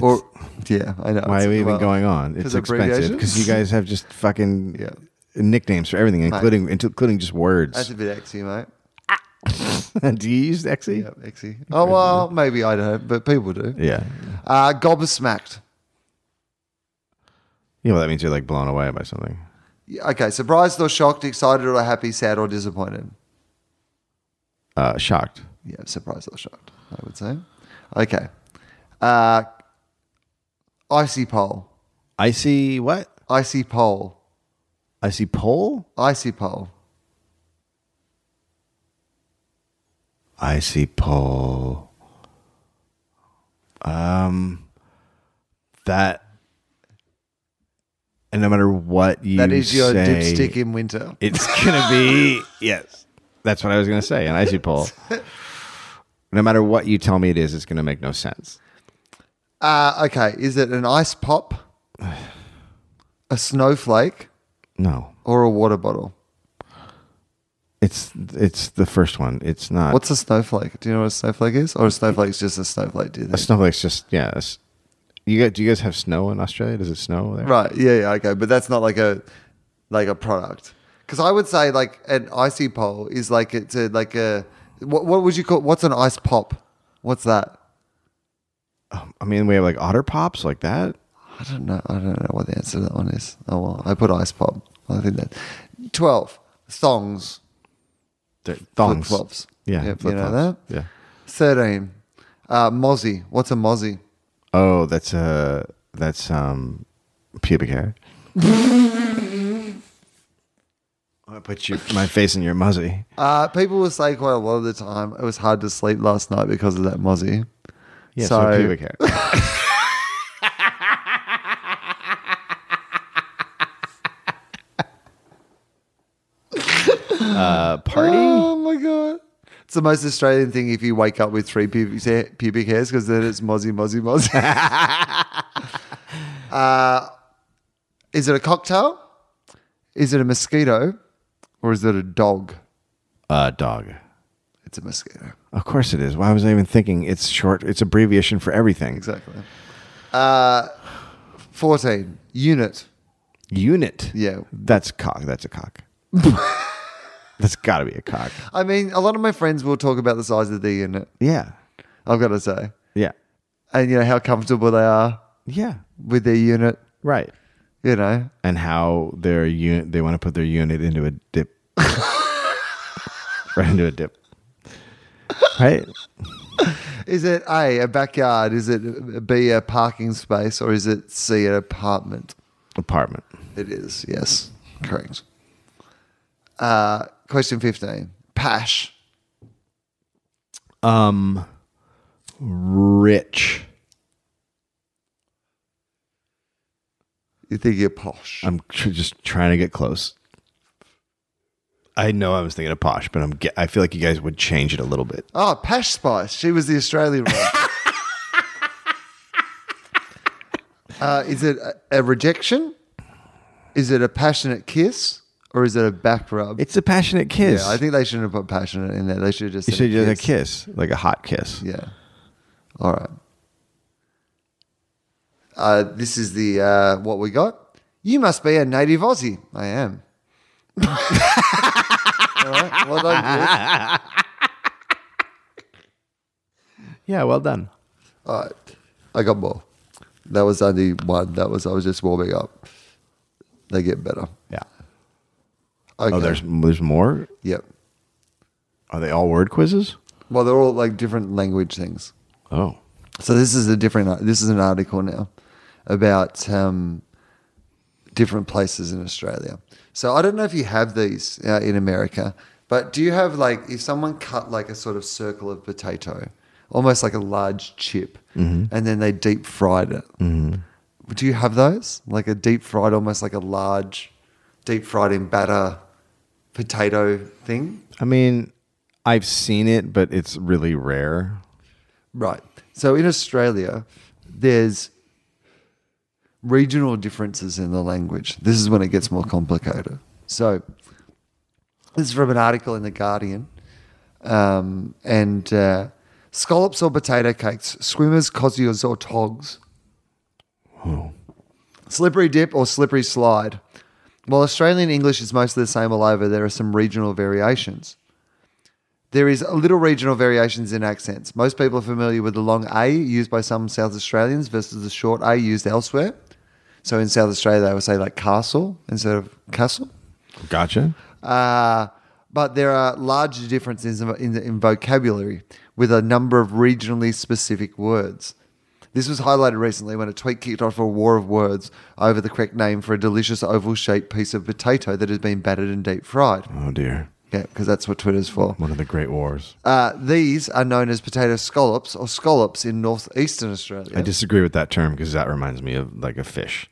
S2: or yeah, I know.
S3: Why
S2: it's-
S3: are we even
S2: well,
S3: going on? It's
S2: Because
S3: expensive
S2: abbreviations?
S3: because you guys have just fucking
S2: Yeah.
S3: nicknames for everything, including including just
S2: That's
S3: words. *laughs*
S2: a bit exy, mate.
S3: Do you use Exy?
S2: Yep, exy. Oh well, maybe I don't, but people do.
S3: Yeah.
S2: Uh, gobsmacked.
S3: You know that means you're like blown away by something.
S2: Yeah, Okay, surprised or shocked, excited or happy, sad or disappointed.
S3: Uh, shocked.
S2: Yeah, surprised or shocked, I would say. Okay. Uh, icy pole.
S3: Icy what?
S2: Icy pole.
S3: Icy pole?
S2: Icy pole.
S3: Icy pole. Um, that, and no matter what you
S2: That is your
S3: say,
S2: dipstick in winter.
S3: It's gonna be *laughs* yes. That's what I was gonna say. An icy
S2: *laughs*
S3: pole. no matter what you tell me, it is. It's gonna make no sense.
S2: Uh, okay, is it an ice pop, a snowflake,
S3: No,
S2: or a water bottle?
S3: it's it's the first one. It's not.
S2: What's a snowflake? Do you know what a snowflake is? Or a snowflake's just a snowflake, do you
S3: a
S2: think?
S3: snowflake's just yeah. it's- you guys, do you guys have snow in Australia? Does it snow there?
S2: Right, yeah, yeah, okay. But that's not like a like a product. Because I would say like an icy pole is like it's a like a what, what would you call what's an ice pop? What's that?
S3: I mean, we have like otter pops like that.
S2: I don't know. I don't know what the answer to that one is. Oh well, I put ice pop. I think that twelve thongs,
S3: They're
S2: flip
S3: thongs.
S2: flops.
S3: Yeah,
S2: yep, you know
S3: flip-flops.
S2: that.
S3: Yeah.
S2: Thirteen. Uh, mozzie. What's a mozzie?
S3: Oh, that's uh that's um pubic *laughs* hair. I put your my face in your muzzy.
S2: Uh, people will say quite a lot of the time it was hard to sleep last night because of that mozzie.
S3: Yeah, so,
S2: So-
S3: pubic hair. *laughs* uh, party?
S2: Oh my god. It's the most Australian thing if you wake up with three pubic, hair- pubic hairs because then it's mozzie, mozzie, mozzie. *laughs* uh, is it a cocktail? Is it a mosquito? Or is it a dog?
S3: Uh, dog.
S2: It's a mosquito.
S3: Of course it is. Why was I even thinking? It's short. It's abbreviation for everything.
S2: Exactly. Uh, 14. Unit.
S3: Unit.
S2: Yeah.
S3: That's cock. That's a *laughs* cock. that's got to be a cock.
S2: I mean, a lot of my friends will talk about the size of the unit,
S3: Yeah.
S2: I've got to say.
S3: Yeah.
S2: And, you know, how comfortable they are
S3: Yeah.
S2: with their unit,
S3: Right.
S2: you know.
S3: and how their unit they want to put their unit into a *laughs* dip right into a dip right
S2: Is it A, a backyard? Is it B, a parking space? Or is it C, an apartment?
S3: apartment
S2: It is, yes. Correct. Uh, question 15. Pash.
S3: um rich
S2: You think you're posh.
S3: i'm tr- just trying to get close i know i was thinking of posh but i'm ge- i feel like you guys would change it a little bit
S2: Oh, Pash Spice. She was the Australian *laughs* one. uh, is it a, a rejection? Is it a passionate kiss? Or is it a back rub?
S3: it's a passionate kiss
S2: yeah, I think they shouldn't have put passionate in there. They should have just
S3: you
S2: said
S3: should do a
S2: kiss.
S3: kiss like a hot kiss
S2: Yeah. All right. Uh, this is the uh, what we got. You must be a native Aussie. I am. *laughs* All right. Well done, Chris.
S3: yeah well done
S2: All right. I got more. That was only one. That was I was just warming up. They get better.
S3: yeah
S2: Okay.
S3: oh there's there's more
S2: yep.
S3: are they all word quizzes
S2: Well, they're all like different language things.
S3: oh
S2: So this is a different. This is an article now about um, different places in Australia. So I don't know if you have these uh, in America, but do you have like if someone cut like a sort of circle of potato, almost like a large chip, and then they deep fried it? Do you have those like a deep fried, almost like a large deep fried in batter potato thing?
S3: I mean, I've seen it, but it's really rare.
S2: Right. So in Australia, there's regional differences in the language. This is when it gets more complicated. So this is from an article in The Guardian. Um, and uh, scallops or potato cakes, swimmers, cosiers, or togs. Slippery dip or slippery slide. While Australian English is mostly the same all over, there are some regional variations. There is little regional variations in accents. Most people are familiar with the long A used by some South Australians versus the short A used elsewhere. So in South Australia, they would say like castle instead of castle.
S3: Gotcha.
S2: Uh, but there are large differences in, in, in vocabulary with a number of regionally specific words. This was highlighted recently when a tweet kicked off a war of words over the correct name for a delicious oval shaped piece of potato that has been battered and deep fried.
S3: Oh dear.
S2: Yeah, because that's what Twitter's for.
S3: One of the great wars.
S2: Uh, these are known as potato scallops or scallops in northeastern Australia
S3: I disagree with that term because that reminds me of like a fish.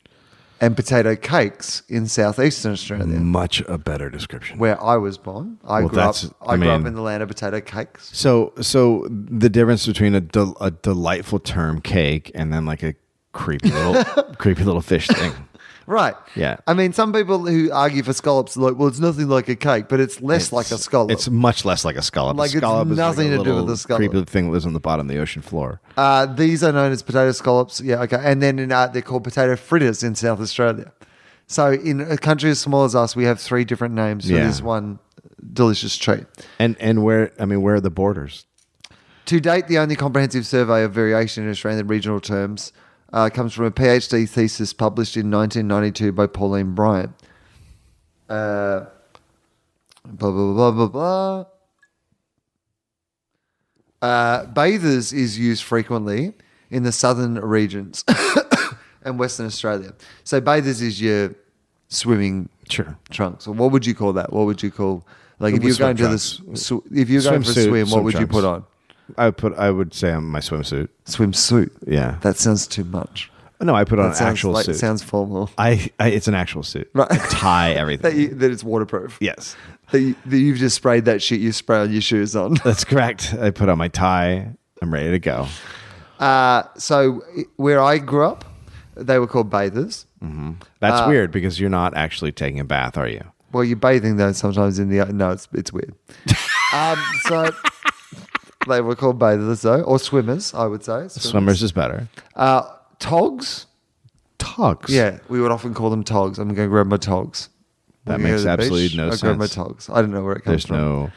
S2: and potato cakes in southeastern Australia.
S3: Much a better description.
S2: Where I was born, I
S3: Mm. Well,
S2: grew up.
S3: that's-
S2: I,
S3: I
S2: grew up
S3: mean-
S2: in the land of potato cakes.
S3: So, so the difference between a, del- a delightful term cake and then like a
S2: *laughs*
S3: creepy little creepy little fish thing.
S2: Right.
S3: Yeah.
S2: I mean, some people who argue for scallops are like, well, it's nothing like a cake, but it's less like a scallop.
S3: It's much less like a scallop.
S2: Like,
S3: a
S2: it's
S3: scallop is
S2: nothing
S3: like
S2: to
S3: a
S2: do with
S3: little
S2: the scallop.
S3: Creepy thing that lives on the bottom of the ocean floor.
S2: Uh, these are known as potato scallops. Yeah, okay. And then in uh, they're called potato fritters in South Australia. So in a country as small as us, we have three different names for
S3: Yeah.
S2: this one delicious treat.
S3: And and where I mean, where are the borders?
S2: To date, the only comprehensive survey of variation in Australian regional terms uh, comes from a PhD thesis published in 1992 by Pauline Bryant. Uh, blah, blah, blah, blah, blah. Uh, bathers is used frequently in the southern regions *coughs* and Western Australia. So, bathers is your swimming
S3: Sure.
S2: trunks. Or what would you call that? What would you call like if
S3: Swim
S2: you're going to the
S3: trunks.
S2: sw- if you're going for a
S3: Swimsuit,
S2: swim? What
S3: swim
S2: would you
S3: trunks.
S2: put on?
S3: I would put. I would say on my swimsuit.
S2: swimsuit.
S3: Yeah.
S2: That sounds too much.
S3: no, I put on
S2: That
S3: an
S2: sounds
S3: actual
S2: like,
S3: suit.
S2: sounds formal.
S3: I, I. It's an actual suit.
S2: Right.
S3: A
S2: *laughs*
S3: tie.
S2: That,
S3: Everything.
S2: you, that it's waterproof.
S3: yes.
S2: That, you, that you've just sprayed that shit you spray on your shoes on. *laughs*
S3: That's correct. I put on my tie. I'm ready to go.
S2: Uh, so where I grew up, they were called bathers. Uh,
S3: That's weird because you're not actually taking a bath, are you?
S2: Well, you're bathing though sometimes in the no, it's it's
S3: *laughs*
S2: weird. um, so they were called bathers though, or swimmers, I would say.
S3: Swimmers is better.
S2: Uh, togs.
S3: Togs.
S2: Yeah, we would often call them togs. I'm going to grab my togs.
S3: That
S2: When we go to
S3: makes
S2: the
S3: absolutely
S2: beach,
S3: no
S2: I grab my
S3: sense.
S2: togs. I don't know where it comes
S3: There's
S2: from.
S3: no.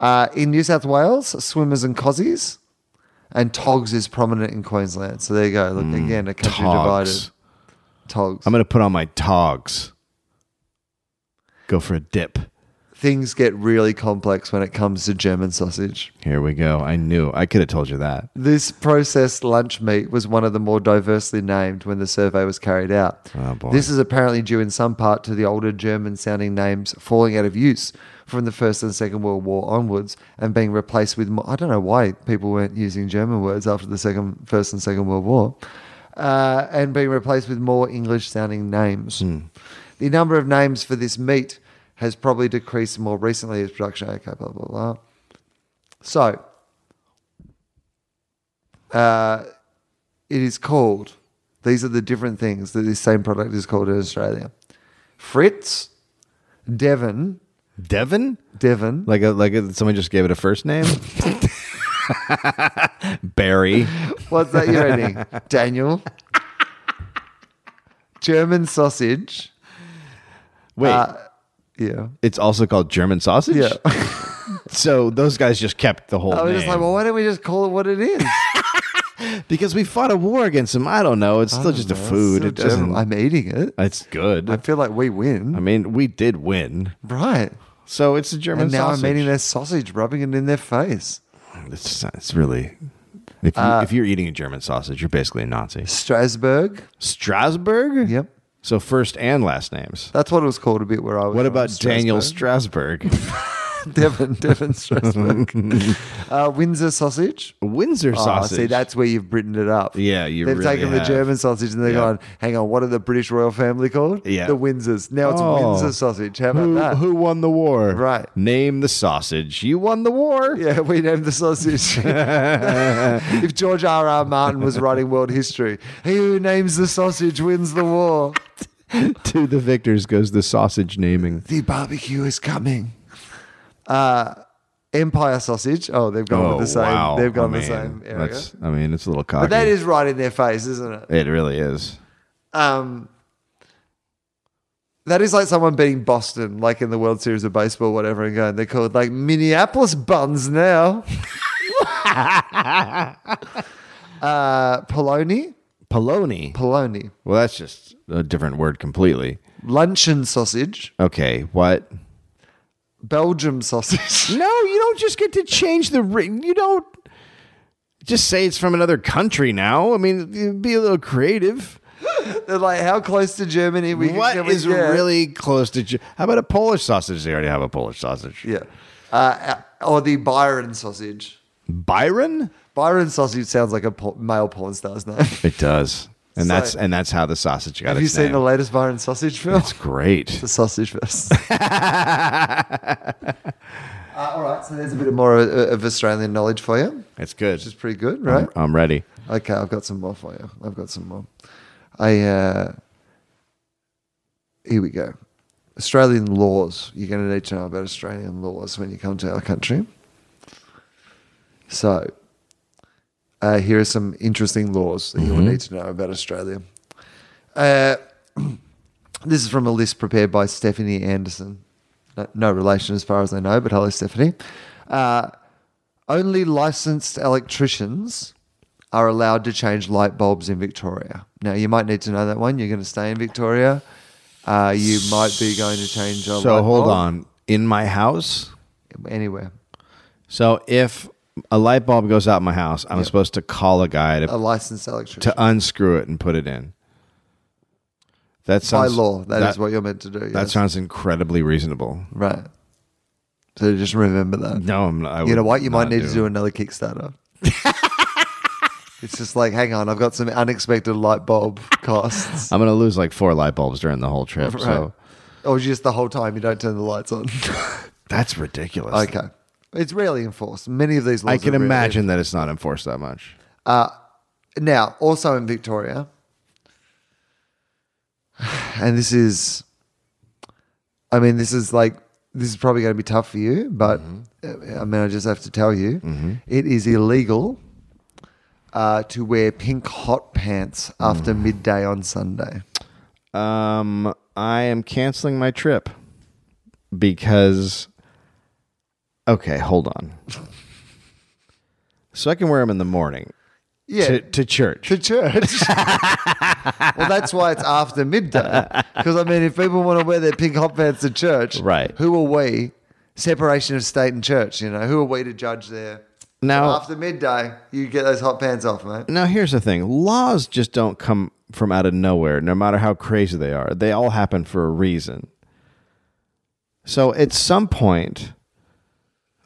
S2: Uh, in New South Wales, swimmers and cozies, and togs is prominent in Queensland. So there you go. Look again, a country
S3: Hmm. Togs.
S2: divided. Togs.
S3: I'm gonna put on my togs. Go for a dip.
S2: Things get really complex when it comes to German sausage.
S3: Here we go. I knew. I could have told you that.
S2: This processed lunch meat was one of the more diversely named when the survey was carried out.
S3: Oh, boy.
S2: This is apparently due in some part to the older German sounding names falling out of use from the First and Second World War onwards and being replaced with more. I don't know why people weren't using German words after the second, First and Second World War uh, and being replaced with more English sounding names.
S3: Hmm.
S2: The number of names for this meat has probably decreased more recently as production. Okay, blah, blah, blah. So, it is called. These are the different things that this same product is called in Australia. Fritz, Devon,
S3: Devon?
S2: Devon,
S3: Like a like a, someone just gave it a
S2: *laughs*
S3: first name. Barry.
S2: What's that you're
S3: *laughs*
S2: eating? Daniel. German sausage. Uh,
S3: Wait,
S2: Yeah.
S3: Uh, it's also called German sausage.
S2: Yeah.
S3: *laughs* so those guys just kept the whole
S2: I was
S3: name
S2: just like, well, why don't we just call it what it is?
S3: because we fought a war against them. I don't know. It's still just a *laughs* food.
S2: Still
S3: It doesn't.
S2: German. I'm eating it.
S3: it's good.
S2: I
S3: I,
S2: feel like we win.
S3: mean, we did win,
S2: right.
S3: so it's a German
S2: And now
S3: sausage.
S2: I'm eating their sausage, rubbing it in their face.
S3: It's, it's really. If, you,
S2: Uh,
S3: if you're eating a German sausage, you're basically a Nazi.
S2: Strasbourg.
S3: Strasbourg.
S2: Yep.
S3: So first and last names.
S2: That's what it was called a bit where I was.
S3: What
S2: from,
S3: about Daniel
S2: Strasbourg. *laughs*
S3: Strasbourg?
S2: Devon, Devon
S3: *laughs*
S2: Strasbourg. uh, Windsor sausage.
S3: Windsor sausage.
S2: Oh, see, that's where you've Britain it up.
S3: Yeah, you
S2: They've
S3: really
S2: taken the
S3: have.
S2: German sausage and they're
S3: Yeah.
S2: going, hang on, what are the British royal family called?
S3: Yeah.
S2: The Windsors. Now it's
S3: Oh.
S2: Windsor sausage. How about
S3: who,
S2: that?
S3: who won the war?
S2: Right.
S3: Name the sausage. You won the war.
S2: Yeah, we named the sausage. *laughs* if George R. R. Martin was writing world history, he who names the sausage wins the war.
S3: *laughs* to the victors goes the sausage naming.
S2: The barbecue is coming. Uh, Empire sausage. Oh, they've gone with the same. They've gone
S3: I
S2: the same
S3: mean,
S2: area.
S3: that's- I mean, it's a little cocky.
S2: But that is right in their face, isn't it?
S3: It really is.
S2: um, that is like someone beating Boston, like in the World Series of Baseball, whatever, and going, they're called like Minneapolis buns
S3: *laughs*
S2: now. uh, polony,
S3: Polony.
S2: polony,
S3: Well, that's just a different word completely.
S2: luncheon sausage,
S3: Okay, what?
S2: Belgium sausage. *laughs*
S3: No, you don't just get to change the ring. You don't. Just say it's from another country now. I mean, be a little creative.
S2: They're like, how close to Germany we
S3: What
S2: can we
S3: is
S2: get?
S3: really close to? Ge- How about a Polish sausage? They already have a Polish sausage.
S2: Yeah. Uh, or the Byron sausage.
S3: Byron.
S2: Byron sausage sounds like a po- male porn star's name. Have
S3: It does, and
S2: So-
S3: that's and that's how the sausage got
S2: you
S3: its
S2: seen
S3: name.
S2: the latest Byron sausage film?
S3: it's great.
S2: the sausage fest. uh, all right, so there's a bit more of, of Australian knowledge for you.
S3: *laughs* It's good.
S2: It's pretty good, right?
S3: I'm ready.
S2: Okay, I've got some more for you. I've got some more. I uh, here we go. Australian laws. You're going to need to know about Australian laws when you come to our country. So, uh, here are some interesting laws that you
S3: Mm-hmm.
S2: will need to know about Australia. Uh, *clears throat* this is from a list prepared by Stephanie Anderson. No, no relation as far as I know, but hello, Stephanie. Uh, only licensed electricians are allowed to change light bulbs in Victoria. Now, you might need to know that one. You're going to stay in Victoria. Uh, you might be going to change a light
S3: So hold
S2: bulb
S3: on. In my house.
S2: Anywhere.
S3: So if a light bulb goes out in my house, I'm supposed to call a guy
S2: A
S3: to,
S2: licensed electrician.
S3: to unscrew it and put it in. That sounds
S2: By law,
S3: that-
S2: that is what you're meant to do.
S3: That
S2: yes.
S3: sounds incredibly reasonable.
S2: right. So just remember that.
S3: No, I'm not. I
S2: you know
S3: would
S2: what? You might
S3: not
S2: need to do another Kickstarter. it's just like, hang on, I've got some unexpected light bulb costs.
S3: I'm gonna lose like four light bulbs during the whole
S2: *laughs*
S3: trip.
S2: Right.
S3: *laughs* So
S2: Or just the whole time you don't turn the lights on. *laughs*
S3: that's ridiculous.
S2: okay. It's rarely enforced. Many of these laws.
S3: I can
S2: are rarely-
S3: imagine that it's not enforced that much.
S2: Now, also in Victoria, and this is, I mean, this is like, this is probably going to be tough for you, but uh, I mean, I just have to tell you, it is illegal uh, to wear pink hot pants after midday on Sunday.
S3: Um, I am canceling my trip because. Okay, hold on. So I can wear them in the morning
S2: Yeah.
S3: to, to church.
S2: to church. *laughs* well, that's why it's after midday. Because I mean, if people want to wear their pink hot pants to church,
S3: Right.
S2: Who are we? Separation of state and church. You know, who are we to judge there?
S3: Now-
S2: after midday, you get those hot pants off, mate.
S3: Now, here's the thing laws just don't come from out of nowhere, no matter how crazy they are. They all happen for a reason. So, at some point,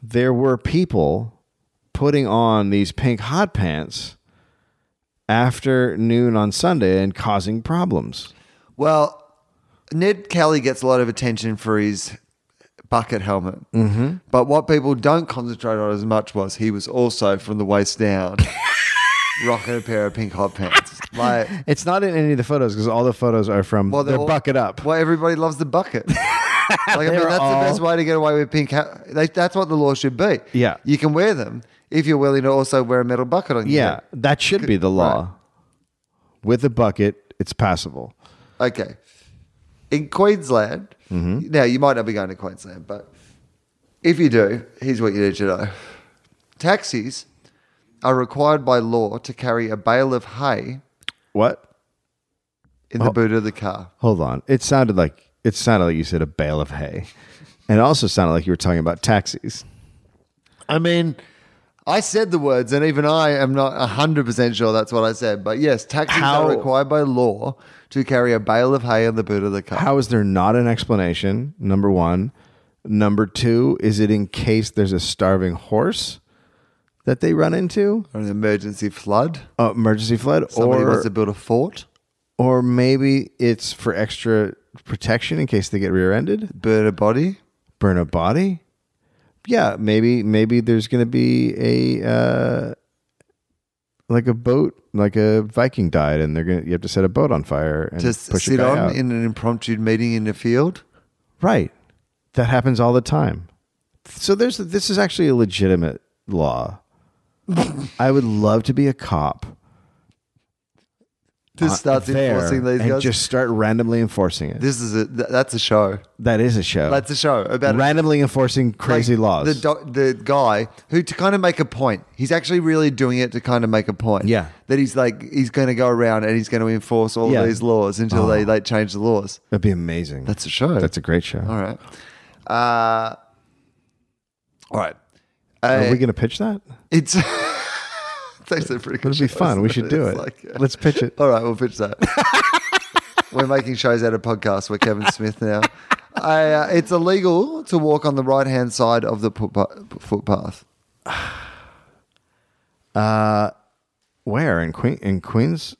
S3: there were people putting on these pink hot pants after noon on Sunday and causing problems.
S2: Well, Ned Kelly gets a lot of attention for his bucket helmet. Mm-hmm. But what people don't concentrate on as much was he was also from the waist down. Rocking a pair of pink hot pants, like
S3: It's not in any of the photos because all the photos are from
S2: Well,
S3: their
S2: all-
S3: bucket up.
S2: Well, everybody loves the
S3: *laughs*
S2: bucket. like, I mean,
S3: They're
S2: that's
S3: all-
S2: the best way to get away with pink. Ha- they, that's what the law should be.
S3: Yeah.
S2: you can wear them if you're willing to also wear a metal bucket on. your
S3: Yeah,
S2: head.
S3: that should be the law. With a bucket, it's passable.
S2: Okay. In Queensland,
S3: Mm-hmm.
S2: now you might not be going to Queensland, but if you do, here's what you need to know: taxis are required by law to carry a bale of hay
S3: What?
S2: in
S3: Oh.
S2: the boot of the car.
S3: Hold on. It sounded like it sounded like you said a bale of hay. And it also sounded like you were talking about taxis.
S2: I mean, I said the words, and even I am not 100% sure that's what I said. But yes, taxis
S3: How-
S2: are required by law to carry a bale of hay on the boot of the car.
S3: How is there not an explanation? Number 1. Number 2, is it in case there's a starving horse that they run into?
S2: Or an emergency flood.
S3: Uh, emergency flood
S2: Somebody wants
S3: or
S2: to build a fort,
S3: or maybe it's for extra protection in case they get rear-ended?
S2: burn a body.
S3: burn a body yeah maybe maybe there's gonna be a uh like a boat like a viking died and they're gonna you have to set a boat on fire and
S2: To s-
S3: push
S2: sit
S3: a guy
S2: on
S3: out.
S2: in an impromptu meeting in a field.
S3: right that happens all the time so there's this is actually a legitimate law i would love to be a cop
S2: This starts
S3: there
S2: enforcing these
S3: Uh, and
S2: guys.
S3: just start randomly enforcing it
S2: this is a th- that's a show.
S3: that is a show
S2: That's a show about
S3: randomly enforcing crazy
S2: like,
S3: laws
S2: The do- the guy who to kind of make a point. He's actually really doing it to kind of make a point.
S3: Yeah.
S2: That he's like he's going to go around and he's going to enforce all
S3: Yeah.
S2: these laws until they like change the laws.
S3: that'd be amazing
S2: That's a show.
S3: that's a great show
S2: all right. Uh, all right.
S3: Are
S2: Uh, *laughs*
S3: we going to pitch that?
S2: it's It's actually a pretty good.
S3: It'd be
S2: choice.
S3: fun. We should do
S2: It's
S3: it.
S2: like, uh, yeah.
S3: Let's pitch it.
S2: All right, we'll pitch that. *laughs* We're making shows out of podcasts. We're Kevin Smith now. I, uh, it's illegal to walk on the right hand side of the footpa- footpath.
S3: *laughs* Where in Queen in Queens?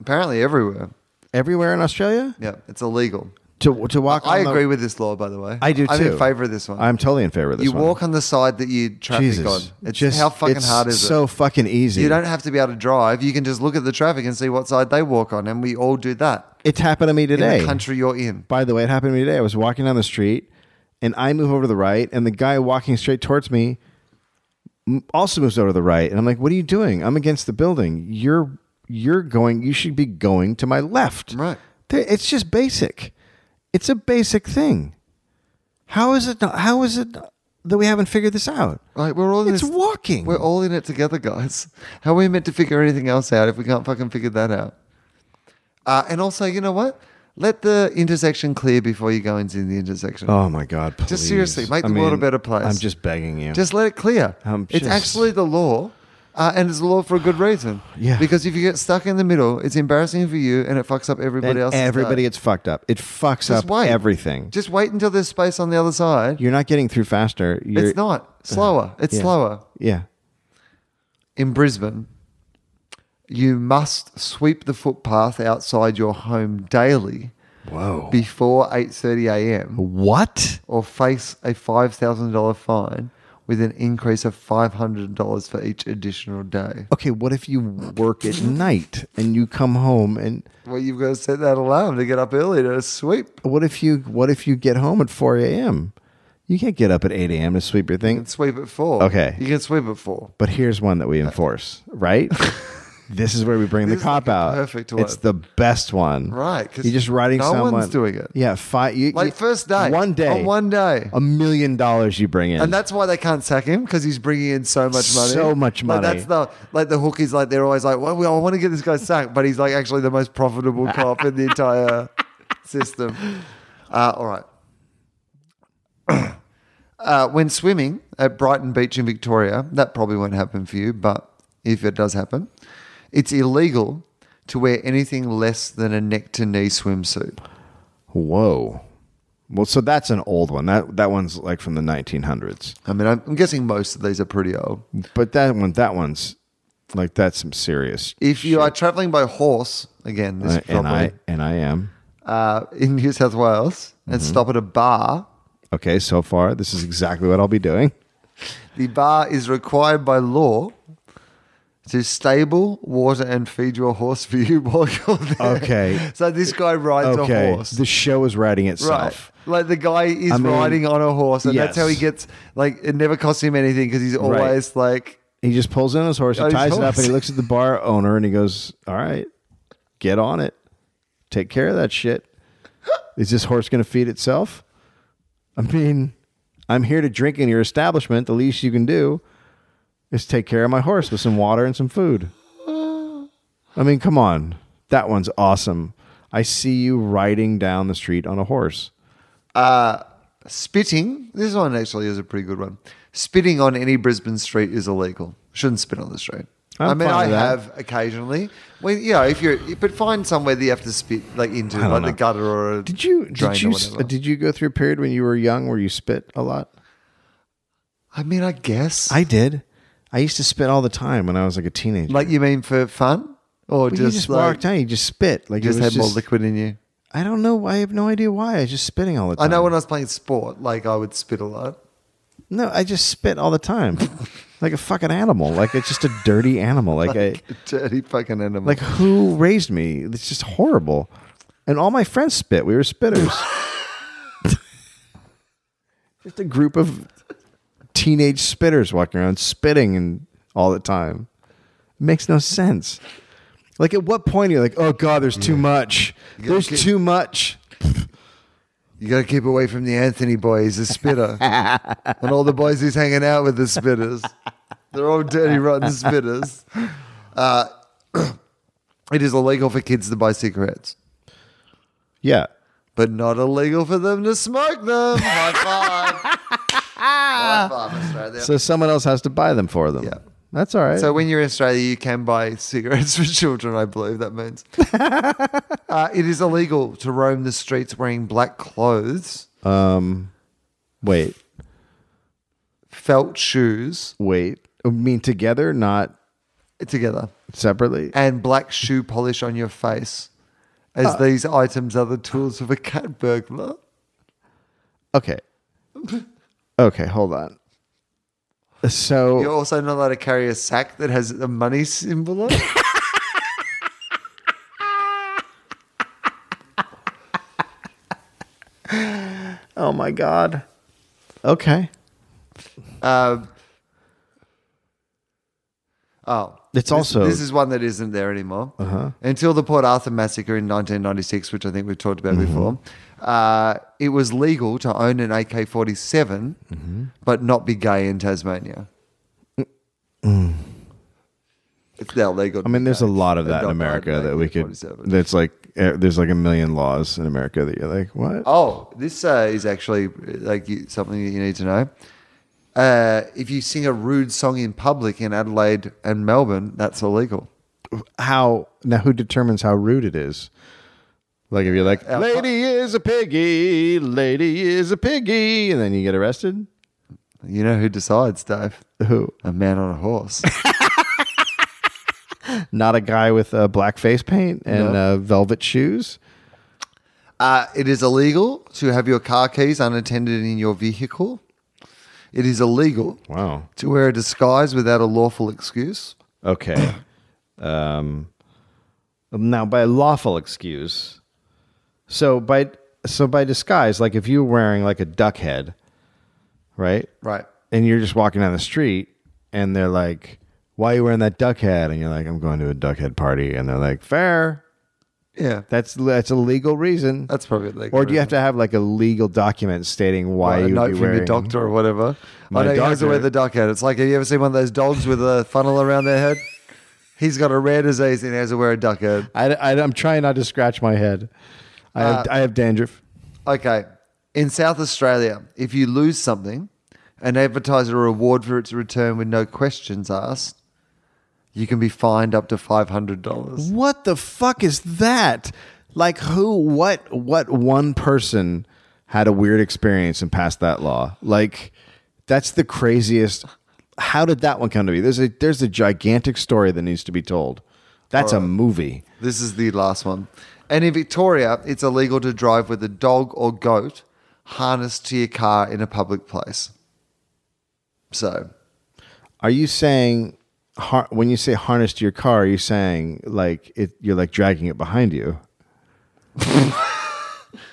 S2: Apparently, everywhere.
S3: Everywhere in Australia
S2: Yeah, it's illegal.
S3: to to walk.
S2: I
S3: on the-
S2: agree with this law, by the way.
S3: I do too.
S2: I'm in favor of this one.
S3: I'm totally in favor of this.
S2: you
S3: one.
S2: walk on the side that you traffic
S3: Jesus,
S2: on. It's
S3: just
S2: how fucking
S3: it's
S2: hard is
S3: so
S2: it?
S3: fucking easy.
S2: You don't have to be able to drive. You can just look at the traffic and see what side they walk on, and we all do that
S3: It's happened to me
S2: in
S3: today.
S2: the country you're in.
S3: By the way, it happened to me today. I was walking down the street, and I move over to the right, and the guy walking straight towards me m- also moves over to the right, and I'm like, "What are you doing? I'm against the building. You're you're going. You should be going to my left.
S2: Right.
S3: There- It's just basic. It's a basic thing. How is it? Not, how is it that we haven't figured this out?
S2: Right, we're all in
S3: It's
S2: this-
S3: walking.
S2: We're all in it together, guys. How are we meant to figure anything else out if we can't fucking figure that out? Uh, and also, you know what? Let the intersection clear before you go into the intersection.
S3: oh my god! Please.
S2: seriously, make the world a better place.
S3: I'm just begging you.
S2: Just let it clear.
S3: Um,
S2: it's
S3: just-
S2: actually the law, uh, and it's the law for a good reason.
S3: Yeah.
S2: Because if you get stuck in the middle, it's embarrassing for you, and it fucks up everybody
S3: and
S2: else.
S3: everybody gets fucked up. It fucks
S2: Just
S3: up
S2: wait.
S3: everything.
S2: Just wait until there's space on the other side.
S3: You're not getting through faster. You're,
S2: It's not slower. It's
S3: yeah.
S2: slower.
S3: Yeah.
S2: in Brisbane, you must sweep the footpath outside your home daily
S3: Whoa.
S2: before 8:30 a.m.
S3: What?
S2: or face a $5,000 fine with an increase of $500 for each additional day.
S3: Okay, what if you work at night and you come home and
S2: Well, you've got to set that alarm to get up early to sweep
S3: what if you what if you get home at four AM? You can't get up at eight AM to sweep your
S2: and
S3: thing.
S2: sweep at 4.
S3: Okay.
S2: You can sweep at 4.
S3: But here's one that we enforce,
S2: *laughs*
S3: right? this is where we bring the
S2: This is like
S3: cop
S2: a
S3: out.
S2: perfect
S3: It's
S2: one.
S3: the best one.
S2: Right, 'cause
S3: You're just writing
S2: no
S3: someone.
S2: one's doing it.
S3: Yeah, five you,
S2: Like
S3: you-
S2: first day.
S3: One day.
S2: On one day.
S3: a million dollars you bring in.
S2: And that's why they can't sack him because he's bringing in so much money.
S3: So much
S2: Like,
S3: money.
S2: that's the like the hook is like they're always like, well, we- I want to get this guy sacked, but he's like actually the most profitable cop in the entire system. Uh, all right. *clears throat* Uh, when swimming at Brighton Beach in Victoria, that probably won't happen for you, but if it does happen, it's illegal to wear anything less than a neck to knee swimsuit.
S3: Whoa. Well, so that's an old one. That that one's like from the 1900s.
S2: I mean, I'm, I'm guessing most of these are pretty old.
S3: But that one, that one's like that's some serious.
S2: If you are traveling by horse, again, this
S3: Uh,
S2: is
S3: and
S2: probably
S3: I and I Mm-hmm. am
S2: uh, in New South Wales and stop at a bar,
S3: okay. So far, this is exactly what I'll be doing.
S2: the bar is required by law to stable, water, and feed your horse for you *laughs* while you're there.
S3: Okay.
S2: So this guy rides a
S3: Okay,
S2: horse.
S3: the show is writing
S2: Right.
S3: itself.
S2: Like the guy is
S3: I mean,
S2: riding on a horse, and that's how he
S3: yes.
S2: gets, like, it never costs him anything because he's
S3: Right.
S2: always like,
S3: He just pulls in his horse, he
S2: Oh, his
S3: ties it up,
S2: horse.
S3: and he looks at the bar owner and he goes, "All right, get on it. Take care of that shit. Is this horse going to feed itself? I mean, I'm here to drink in your establishment. The least you can do is take care of my horse with some water and some food. I mean, come on, that one's awesome. I see you riding down the street on a horse.
S2: spitting. This one actually is a pretty good one. Spitting on any Brisbane street is illegal. Shouldn't spit on the street.
S3: I'm
S2: I mean,
S3: fine
S2: I
S3: with that.
S2: have occasionally. When you know, if you're, but find somewhere that you have to spit like into,
S3: don't
S2: like
S3: know.
S2: the gutter or a
S3: Did you
S2: drain
S3: did
S2: or
S3: you
S2: whatever.
S3: did you go through a period when you were young where you spit a lot?
S2: I mean, I guess.
S3: I did. I used to spit all the time when I was like a teenager.
S2: like you mean for fun, or
S3: Well,
S2: just,
S3: you just
S2: like,
S3: walked down, you just spit. Like
S2: you just
S3: it
S2: had
S3: was
S2: more liquid in you.
S3: I don't know. I have no idea why. I was just spitting all the
S2: I
S3: time.
S2: know when I was playing sport, like I would spit a lot.
S3: No, I just spit all the
S2: *laughs*
S3: time, like a fucking animal. Like it's just a dirty animal. Like I,
S2: *laughs* Dirty fucking animal.
S3: like who raised me? It's just horrible. And all my friends spit. We
S2: *laughs*
S3: were spitters. just a group of teenage spitters walking around spitting and all the time. It makes no sense. Like at what point are you like, oh god, there's too much. There's
S2: get-
S3: too much.
S2: You got to keep away from the Anthony boy. He's a *laughs* spitter. and all the boys he's hanging out with are spitters. They're all dirty, rotten spitters. Uh, *clears throat* it is illegal for kids to buy cigarettes,
S3: Yeah.
S2: but not illegal for them to smoke them. *laughs* High five. High five, Australia.
S3: So someone else has to buy them for them.
S2: yeah.
S3: That's all right.
S2: So when you're in Australia, you can buy cigarettes for children. I believe that means *laughs* uh, it is illegal to roam the streets wearing black clothes,
S3: wait,
S2: felt shoes
S3: wait. I mean together, not
S2: together,
S3: separately.
S2: and black shoe polish on your face, as these items are the tools of a cat burglar.
S3: Okay. *laughs* Okay, hold on. So
S2: You're also not allowed to carry a sack that has a money symbol on. it.
S3: Oh my god. Okay.
S2: Um, oh,
S3: It's
S2: This-
S3: also- Uh-huh.
S2: this is one that isn't there anymore. Until the Port Arthur massacre in 1996, which I think we've talked about
S3: Mm-hmm.
S2: before, uh, it was legal to own an AK-47,
S3: Mm-hmm.
S2: but not be gay in Tasmania. It's now legal.
S3: Mm. I mean, there's a lot of that in
S2: Adopt
S3: America
S2: Item
S3: that we could.
S2: 1947.
S3: That's like eh, there's like a million laws in America that you're like, what?
S2: Oh, this uh, is actually like you, something that you need to know. Uh, if you sing a rude song in public in Adelaide and Melbourne, that's illegal.
S3: How now? Who determines how rude it is? Like if you're like, lady is a piggy, lady is a piggy, and then you get arrested.
S2: You know who decides, Dave?
S3: Who?
S2: A man on a horse.
S3: Not a guy with uh, black face paint and uh, velvet shoes.
S2: *laughs* uh, it is illegal to have your car keys unattended in your vehicle. It is illegal
S3: Wow.
S2: to wear a disguise without a lawful excuse.
S3: *coughs* Okay. um, now, by lawful excuse, so by so by disguise, like if you're wearing like a duck head, right,
S2: Right.
S3: and you're just walking down the street, and they're like, "Why are you wearing that duck head?" And you're like, "I'm going to a duck head party," and they're like, "Fair."
S2: Yeah.
S3: That's that's a legal reason.
S2: That's probably legal.
S3: or do you have to have like a legal document stating why
S2: a
S3: you
S2: note
S3: would be
S2: from your
S3: wearing?
S2: doctor or whatever?
S3: My
S2: I know he has to wear
S3: doctor-
S2: the duck head. It's like, have you ever seen one of those dogs with a funnel around their head? He's got a rare disease and he has to wear a duck head.
S3: I, I, am trying not to scratch my head. I have, I have dandruff.
S2: Okay. In South Australia, if you lose something and advertise a reward for its return with no questions asked, you can be fined up to $500.
S3: What the fuck is that? Like who what what one person had a weird experience and passed that law? Like that's the craziest how did that one come to be? There's a there's a gigantic story that needs to be told. That's a movie.
S2: This is the last one. And in Victoria, it's illegal to drive with a dog or goat harnessed to your car in a public place. So,
S3: Are you saying har- when you say harness to your car, are you saying like it you're like dragging it behind you?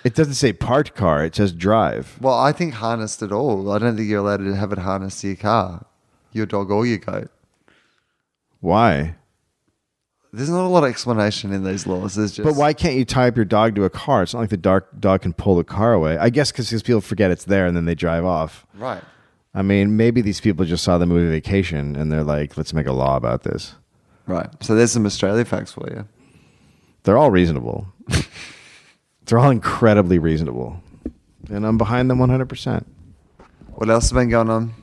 S3: it doesn't say parked car, it says drive.
S2: well, I think harnessed at all. I don't think you're allowed to have it harnessed to your car, your dog or your goat.
S3: Why?
S2: There's not a lot of explanation in these laws. There's just
S3: But why can't you tie up your dog to a car? It's not like the dark dog can pull the car away. I guess because people forget it's there and then they drive off.
S2: right.
S3: I mean, maybe these people just saw the movie Vacation and they're like, let's make a law about this.
S2: Right. So there's some Australia facts for you.
S3: They're all reasonable. *laughs* they're all incredibly reasonable. And I'm behind them 100%.
S2: What else has been going on?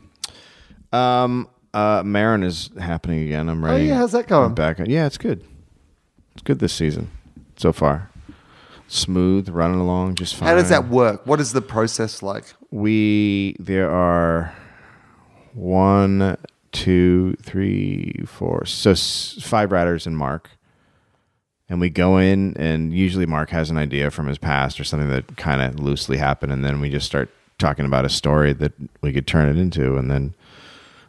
S3: Um, uh, Marin is happening again. I'm ready.
S2: Oh, yeah, how's that going?
S3: Back. Yeah, it's good. It's good this season so far. Smooth, running along, just fine.
S2: How does that work? What is the process like?
S3: we there are one two three four so s- five riders and mark and we go in and usually mark has an idea from his past or something that kind of loosely happened and then we just start talking about a story that we could turn it into and then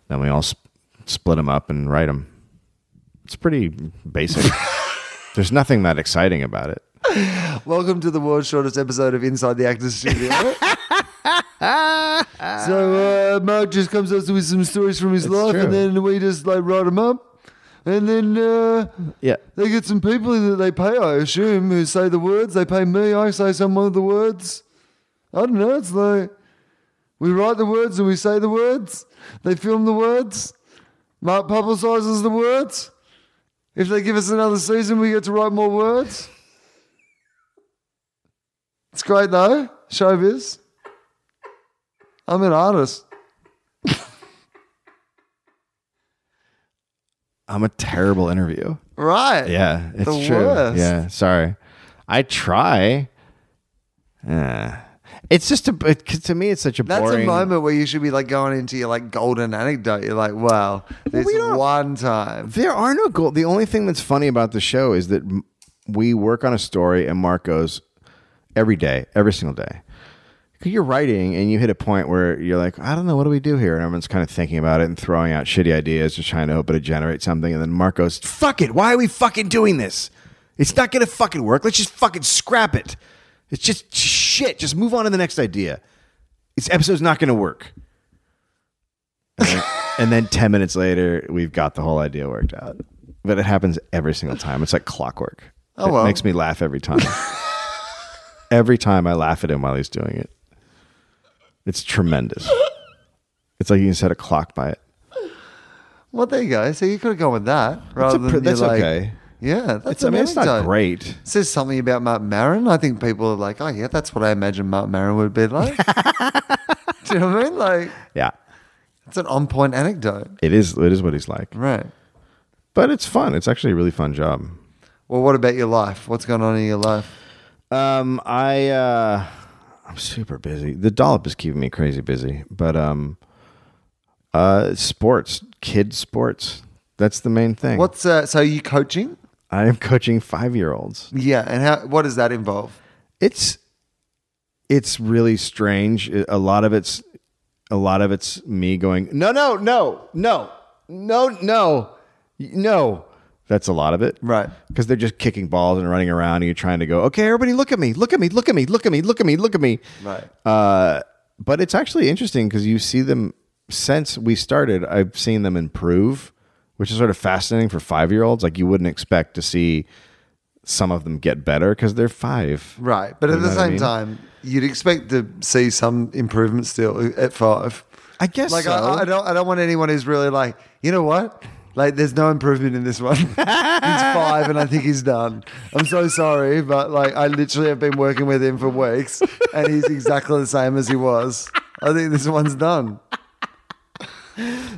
S3: then we all sp- split them up and write them it's pretty *laughs* basic there's nothing that exciting about it
S2: Welcome to the world's shortest episode of Inside the Actors Studio. so uh, Mark just comes up with some stories from his life,
S3: true.
S2: and then we just like write them up, and then uh,
S3: yeah
S2: they get some people that they pay, I assume, who say the words. They pay me. I say some of the words. I don't know. It's like we write the words and we say the words. They film the words. Mark publicizes the words. If they give us another season, we get to write more words. It's great though, showbiz. I'm an artist.
S3: I'm a terrible interview.
S2: Right.
S3: Yeah, it's
S2: The
S3: true.
S2: worst.
S3: Yeah, sorry. I try. Yeah. It's just a it, 'cause to me it's such a
S2: That's
S3: boring
S2: a moment where you should be like going into your like golden anecdote. You're like, wow, this
S3: we don't-
S2: one time.
S3: There are no goals. The only thing that's funny about the show is that m- we work on a story and Mark goes every day, every single day. 'Cause You're writing and you hit a point where you're like, I don't know, what do we do here? And everyone's kind of thinking about it and throwing out shitty ideas, just trying to hope it generate something. And then Mark goes, fuck it. Why are we fucking doing this? It's not going to fucking work. Let's just fucking scrap it. It's just shit. Just move on to the next idea. This episode's not going to work.
S2: *laughs*
S3: And then 10 minutes later, we've got the whole idea worked out. But it happens every single time. It's like clockwork.
S2: Oh,
S3: it
S2: well.
S3: makes me laugh every
S2: *laughs*
S3: time. every time I laugh at him while he's doing it. It's tremendous. It's like you can set a clock by it.
S2: Well, there you go. So you could have gone with that
S3: That's,
S2: rather
S3: a pr-
S2: than
S3: that's
S2: you're like,
S3: okay.
S2: Yeah, that's
S3: It's, I mean, it's not
S2: anecdote.
S3: great.
S2: Says something about Mark Maron. I think people are like, oh yeah, that's what I imagine Mark Maron would be
S3: *laughs*
S2: like. Do you know what I mean? Like,
S3: Yeah.
S2: it's an on point anecdote,
S3: It is, it is what he's like.
S2: right?
S3: But it's fun. It's actually a really fun job.
S2: Well, what about your life? What's going on in your life?
S3: Um, I uh, I'm super busy. The dollop is keeping me crazy busy, but um, uh, sports, kid sports. That's the main thing.
S2: What's uh, so are you coaching?
S3: I am coaching five year olds.
S2: Yeah, and how? What does that involve?
S3: It's it's really strange. A lot of it's a lot of it's me going no no no no no no no. That's a lot of it,
S2: Right.
S3: because they're just kicking balls and running around, and you're trying to go, okay, everybody, look at me, look at me, look at me, look at me, look at me, look at me.
S2: Right.
S3: Uh, but it's actually interesting because you see them since we started. I've seen them improve, which is sort of fascinating for five year olds. Like you wouldn't expect to see some of them get better because they're five.
S2: Right. But at
S3: You
S2: the
S3: know what I
S2: same
S3: mean?
S2: time, you'd expect to see some improvement still at five.
S3: I guess
S2: Like,
S3: so.
S2: I, I don't, I don't want anyone who's really like, you know what? Like, there's no improvement in this one. *laughs* he's five, and I think he's done. I'm so sorry, but like, I literally have been working with him for weeks, and he's exactly the same as he was. I think this one's done.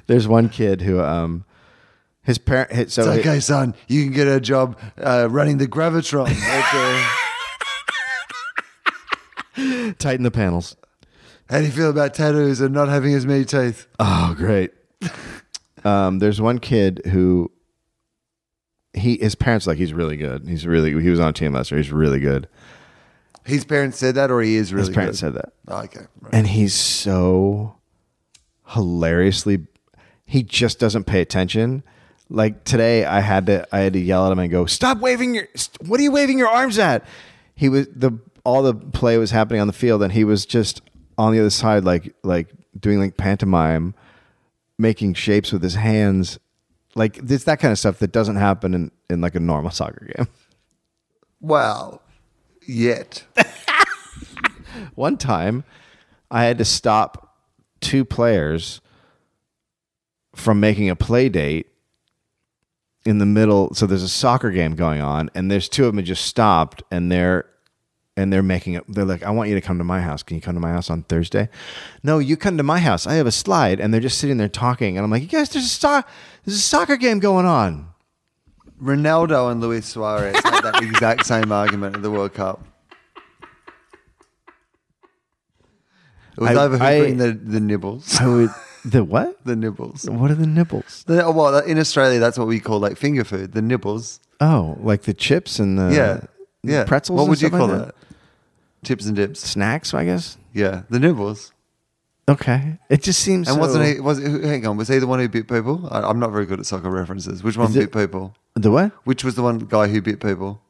S3: There's one kid who um his parent hit so
S2: It's
S3: hi-
S2: okay, son. You can get a job uh, running the Gravitron. Okay.
S3: tighten the panels.
S2: How do you feel about tattoos and not having as many teeth?
S3: Oh, great. um, there's one kid who he his parents are like he's really good. He's really he was on a team last year. He's really good.
S2: His parents said that, or he is really
S3: his parents
S2: good?
S3: said that.
S2: Oh, okay. Right.
S3: and he's so hilariously he just doesn't pay attention like today i had to i had to yell at him and go stop waving your st- what are you waving your arms at he was the all the play was happening on the field and he was just on the other side like like doing like pantomime making shapes with his hands like this that kind of stuff that doesn't happen in, in like a normal soccer game
S2: Well, yet. *laughs*
S3: One time, I had to stop two players from making a play date in the middle. So there's a soccer game going on, and there's two of them just stopped, and they're and they're making it. They're like, "I want you to come to my house. Can you come to my house on Thursday?" No, you come to my house. I have a slide, and they're just sitting there talking, and I'm like, "You guys, there's a so- there's a soccer game going on."
S2: Ronaldo and Luis Suarez had that exact same argument at the World Cup. It was
S3: I-
S2: over who
S3: I-
S2: bring the, the nibbles. *laughs*
S3: I would the what?
S2: The nibbles.
S3: What are the nipples?
S2: The- oh, well, in Australia, that's what we call like finger food, the nibbles.
S3: Oh, like the chips and the
S2: yeah. Yeah.
S3: Uh, pretzels.
S2: What
S3: and
S2: would you
S3: stuff
S2: call
S3: like
S2: that? Chips and dips.
S3: snacks, I guess.
S2: Yeah. The nibbles.
S3: Okay. It just seems.
S2: And
S3: so-
S2: wasn't he, was, who- hang on, was he the one who bit people? I, I'm not very good at soccer references. Which one
S3: Is
S2: bit
S3: it-
S2: people?
S3: the what?
S2: Which was the one guy who bit people?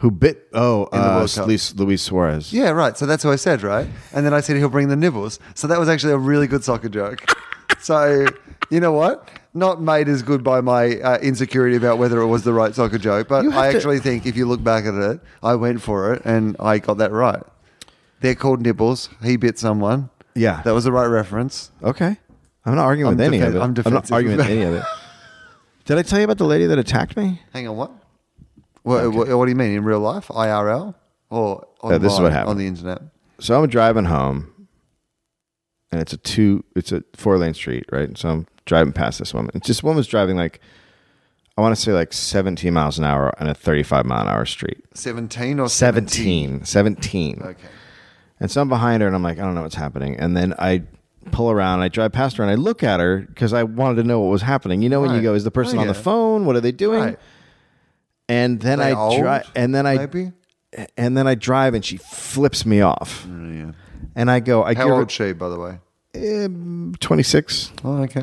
S3: Who bit? Oh,
S2: the
S3: uh,
S2: World Cup.
S3: Luis, Luis Suarez.
S2: Yeah, right. So that's what I said, right? And then I said he'll bring the nibbles. So that was actually a really good soccer joke. *laughs* So you know what? Not made as good by my uh, insecurity about whether it was the right soccer joke, but
S3: You have
S2: I
S3: to-
S2: actually think if you look back at it, I went for it and I got that right. They're called nibbles. He bit someone.
S3: Yeah.
S2: That was the right reference.
S3: okay. I'm not arguing
S2: I'm
S3: with any
S2: defen-
S3: of it.
S2: I'm
S3: not
S2: defensive.
S3: arguing with
S2: *laughs*
S3: any of it. Did I tell you about the lady that attacked me?
S2: Hang on, what? What, what, what do you mean in real life? IRL or
S3: Uh, this is
S2: online,
S3: what happened.
S2: on the internet?
S3: so I'm driving home, and it's a two, it's a four lane street, right? So I'm driving past this woman. It's just woman's driving like, I want to say like 17 miles an hour on a 35 mile an hour street.
S2: 17 or
S3: 17. 17.
S2: Okay.
S3: And so I'm behind her and I'm like, I don't know what's happening. And then I pull around, I drive past her and I look at her because I wanted to know what was happening. You know, when you
S2: Right.
S3: go, is the person
S2: Oh,
S3: on the
S2: yeah.
S3: phone? What are they doing?
S2: Right.
S3: And then
S2: They
S3: I
S2: old,
S3: drive and then I
S2: maybe?
S3: and then I drive and she flips me off. And I go, I
S2: Oh, How
S3: give
S2: old she, by the way?
S3: her um, 26
S2: Oh, okay.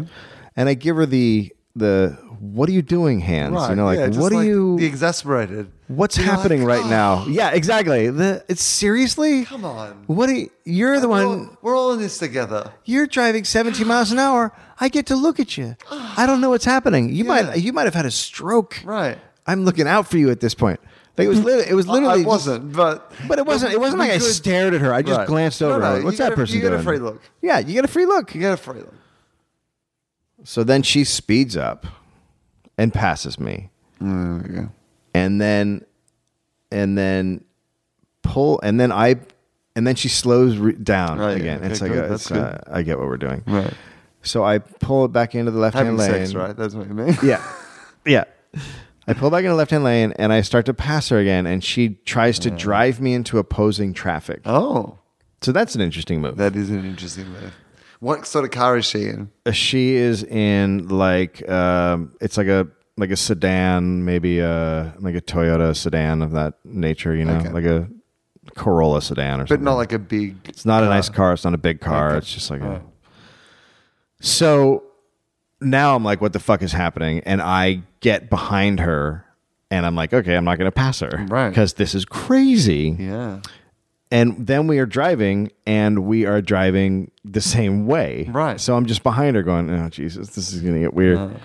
S3: and I give her the the what are you doing hands? you know, like
S2: yeah, just
S3: what are you
S2: The exasperated.
S3: What's
S2: You're like,
S3: happening right
S2: "Oh,
S3: now? Yeah, exactly. The it's seriously.
S2: Come on.
S3: What are you, you're the
S2: We're
S3: one.
S2: all, we're all in this together.
S3: You're driving 17 miles an hour. I get to look at you. I don't know what's happening. You
S2: Yeah.
S3: might you might have had a stroke.
S2: Right.
S3: I'm looking out for you at this point. Like it was literally it was
S2: I-
S3: literally
S2: I wasn't, but
S3: But it wasn't it wasn't
S2: we
S3: like I
S2: could-
S3: stared at her. I just
S2: Right.
S3: glanced
S2: No,
S3: over.
S2: no,
S3: Like,
S2: you
S3: What's
S2: get
S3: that
S2: a-
S3: person
S2: you get a
S3: doing?
S2: free look.
S3: Yeah, you get a free look.
S2: You get a free look.
S3: So then she speeds up and passes me.
S2: Oh,
S3: And then and then pull and then I and then she slows re- down
S2: Right,
S3: again.
S2: okay,
S3: it's like
S2: good,
S3: a,
S2: that's
S3: it's uh, I get what we're doing.
S2: Right.
S3: So I pull it back into the left
S2: Having
S3: hand lane.
S2: sex, right? That's what you
S3: *laughs*
S2: mean.
S3: Yeah. Yeah. I pull back into the left hand lane and I start to pass her again and she tries to drive me into opposing traffic.
S2: Oh,
S3: So that's an interesting move.
S2: that is an interesting move. What sort of car is she in?
S3: uh, she is in like um, it's like a like a sedan, maybe a like a Toyota sedan of that nature, you know,
S2: Okay.
S3: like a Corolla sedan or
S2: But
S3: something.
S2: not like a big.
S3: it's not a nice car. It's not a big car. It's just like a. So now I'm like, what the fuck is happening? And I get behind her, and I'm like, okay, I'm not going to pass her,
S2: Right.
S3: Because this is crazy.
S2: Yeah.
S3: And then we are driving, and we are driving the same way.
S2: Right. Uh,
S3: So I'm just behind her, going, "Oh Jesus, this is gonna get weird."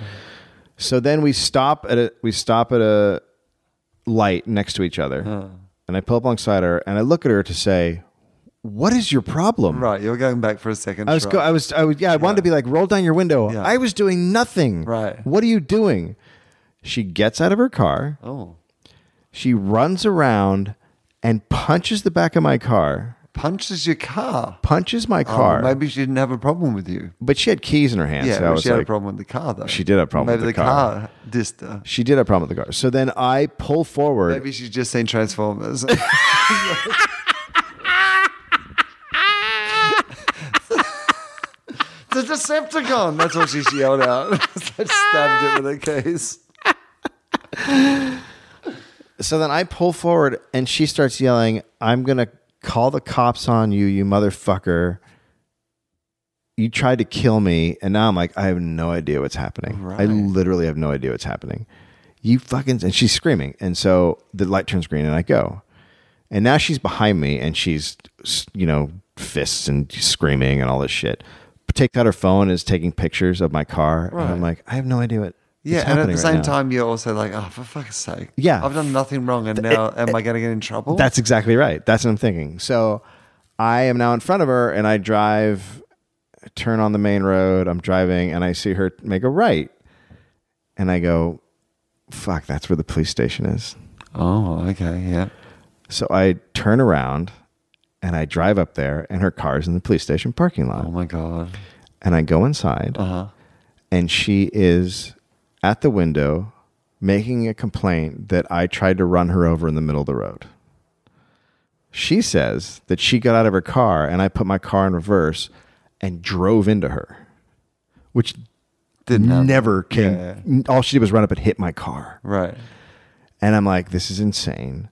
S3: So then we stop at a we stop at a light next to each other, and I pull up alongside her, and I look at her to say, "What is your problem?"
S2: Right. You're going back for a second.
S3: I was,
S2: try.
S3: go, I was, I was, yeah. I wanted to be like, roll down your window.
S2: Yeah.
S3: I was doing nothing.
S2: Right.
S3: What are you doing? She gets out of her car.
S2: oh,
S3: She runs around and punches the back of my car.
S2: punches your car.
S3: Punches my
S2: Oh,
S3: car.
S2: maybe she didn't have a problem with you.
S3: But she had keys in her hand.
S2: Yeah,
S3: so I
S2: well,
S3: was
S2: she had
S3: like,
S2: a problem with the car though.
S3: She did have a problem
S2: Maybe
S3: with the
S2: the
S3: car.
S2: car dissed her.
S3: she did have a problem with the car. So then I pull forward.
S2: Maybe she's just seen *laughs* Transformers. The Decepticon. That's what she yelled out. *laughs* I stabbed it with a case.
S3: So then I pull forward and she starts yelling, I'm going to call the cops on you, you motherfucker. You tried to kill me. And now I'm like, I have no idea what's happening. I
S2: Right.
S3: literally have no idea what's happening. You fucking, and she's screaming. And so the light turns green and I go. And now she's behind me and she's, you know, fists and screaming and all this shit. Takes out her phone and is taking pictures of my car. And I'm like, I have no idea what.
S2: Yeah,
S3: is
S2: and at
S3: happening
S2: the
S3: right
S2: same
S3: now.
S2: time, you're also like, oh, for fuck's sake.
S3: Yeah.
S2: I've done nothing wrong, and now am I going to get in trouble?
S3: That's exactly right. That's what I'm thinking. So I am now in front of her and I drive, turn on the main road. I'm driving and I see her make a right. And I go, fuck, that's where the police station is.
S2: oh, okay, yeah.
S3: So I turn around and I drive up there and her car's in the police station parking lot.
S2: Oh my god.
S3: And I go inside
S2: Uh-huh.
S3: and she is at the window making a complaint that I tried to run her over in the middle of the road. She says that she got out of her car and I put my car in reverse and drove into her, which
S2: Didn't happen.
S3: never came.
S2: Yeah.
S3: All she did was run up and hit my car.
S2: Right.
S3: And I'm like, this is insane.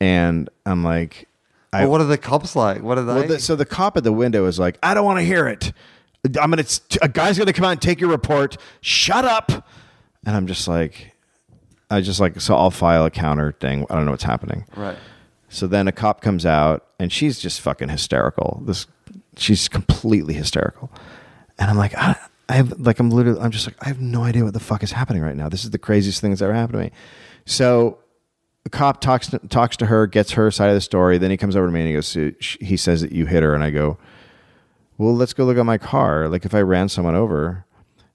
S3: And I'm like, I,
S2: Well, what are the cops like? What are they?
S3: well, the, so the cop at the window is like, I don't want to hear it. I'm gonna a guy's gonna come out and take your report. Shut up. And I'm just like, I just like so I'll file a counter thing. I don't know what's happening.
S2: right.
S3: So then a cop comes out and she's just fucking hysterical. This she's completely hysterical. And I'm like, I, I have like I'm literally I'm just like I have no idea what the fuck is happening right now. This is the craziest thing that's ever happened to me. So the cop talks to, talks to her, gets her side of the story. Then he comes over to me and he goes, "So sh- he says that you hit her, and I go, well, let's go look at my car. Like if I ran someone over,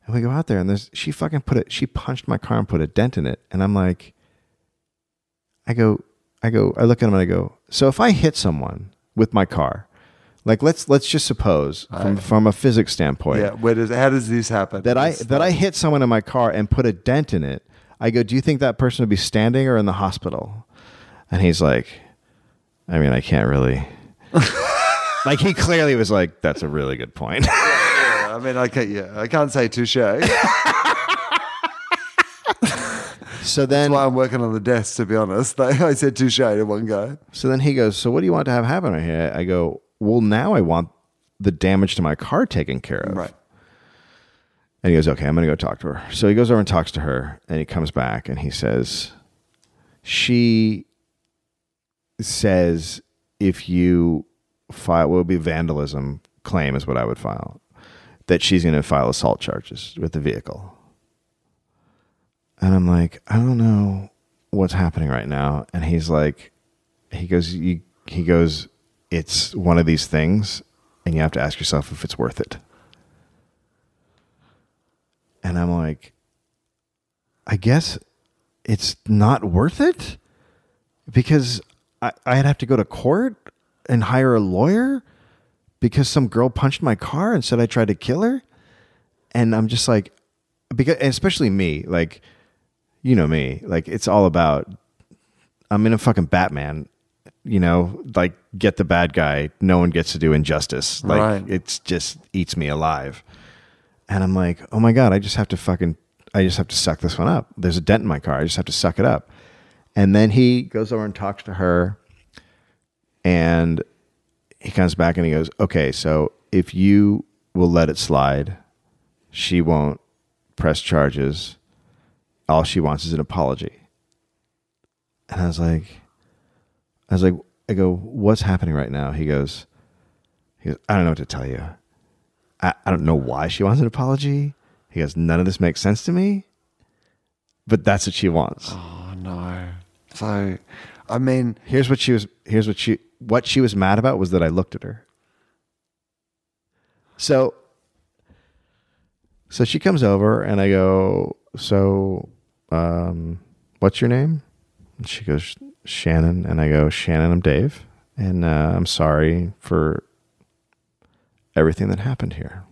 S3: and we go out there, and there's she fucking put it, she punched my car and put a dent in it, and I'm like, I go, I go, I look at him and I go, so if I hit someone with my car, like let's let's just suppose from from a physics standpoint,
S2: Yeah. Where does? How does this happen?
S3: that I
S2: It's
S3: that I hit someone in my car and put a dent in it, I go, do you think that person would be standing or in the hospital? And he's like, I mean, I can't really. *laughs* like he clearly was like, that's a really good point. *laughs*
S2: I mean, I can't. Yeah, I can't say touche. *laughs* That's
S3: so then,
S2: why I'm working on the desk. To be honest, *laughs* I said touche to one guy.
S3: so then he goes, so what do you want to have happen right here? I go, well, now I want the damage to my car taken care of.
S2: Right.
S3: And he goes, okay, I'm going to go talk to her. So he goes over and talks to her, and he comes back and he says, she says, if you file what would be vandalism claim is what I would file, that she's going to file assault charges with the vehicle. And I'm like, I don't know what's happening right now. And he's like, he goes, you, he goes, it's one of these things, and you have to ask yourself if it's worth it. And I'm like, I guess it's not worth it because I, I'd have to go to court and hire a lawyer because some girl punched my car and said I tried to kill her. And I'm just like, because and especially me, like, you know me, like it's all about I'm in a fucking Batman, you know, like get the bad guy. No one gets to do injustice. Like
S2: Right.
S3: it's just eats me alive. And I'm like, oh my God, I just have to fucking, I just have to suck this one up. There's a dent in my car. I just have to suck it up. And then he goes over and talks to her. And he comes back and he goes, okay, so if you will let it slide, she won't press charges. All she wants is an apology. And I was like, I was like, I go, what's happening right now? He goes, he goes, I don't know what to tell you. I, I don't know why she wants an apology. He goes, none of this makes sense to me, but that's what she wants.
S2: Oh no. So, I mean,
S3: Here's what she was, here's what she, what she was mad about was that I looked at her. So, so she comes over and I go, so, um, what's your name? And she goes, Shannon. And I go, Shannon, I'm Dave. And uh, I'm sorry for everything that happened here.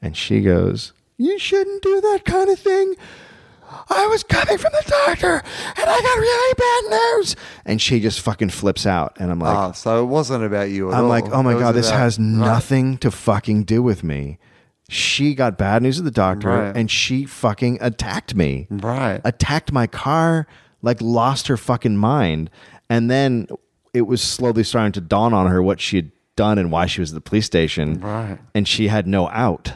S3: And she goes, You shouldn't do that kind of thing. I was coming from the doctor and I got really bad nerves. And she just fucking flips out. And I'm like,
S2: ah, so it wasn't about you. At
S3: I'm
S2: all.
S3: like, oh
S2: It
S3: my
S2: was
S3: God, this
S2: about-
S3: has
S2: Right.
S3: nothing to fucking do with me. She got bad news at the doctor
S2: Right.
S3: and she fucking attacked me.
S2: Right.
S3: Attacked my car, like lost her fucking mind. And then it was slowly starting to dawn on her what she had done and why she was at the police station.
S2: Right.
S3: And she had no out.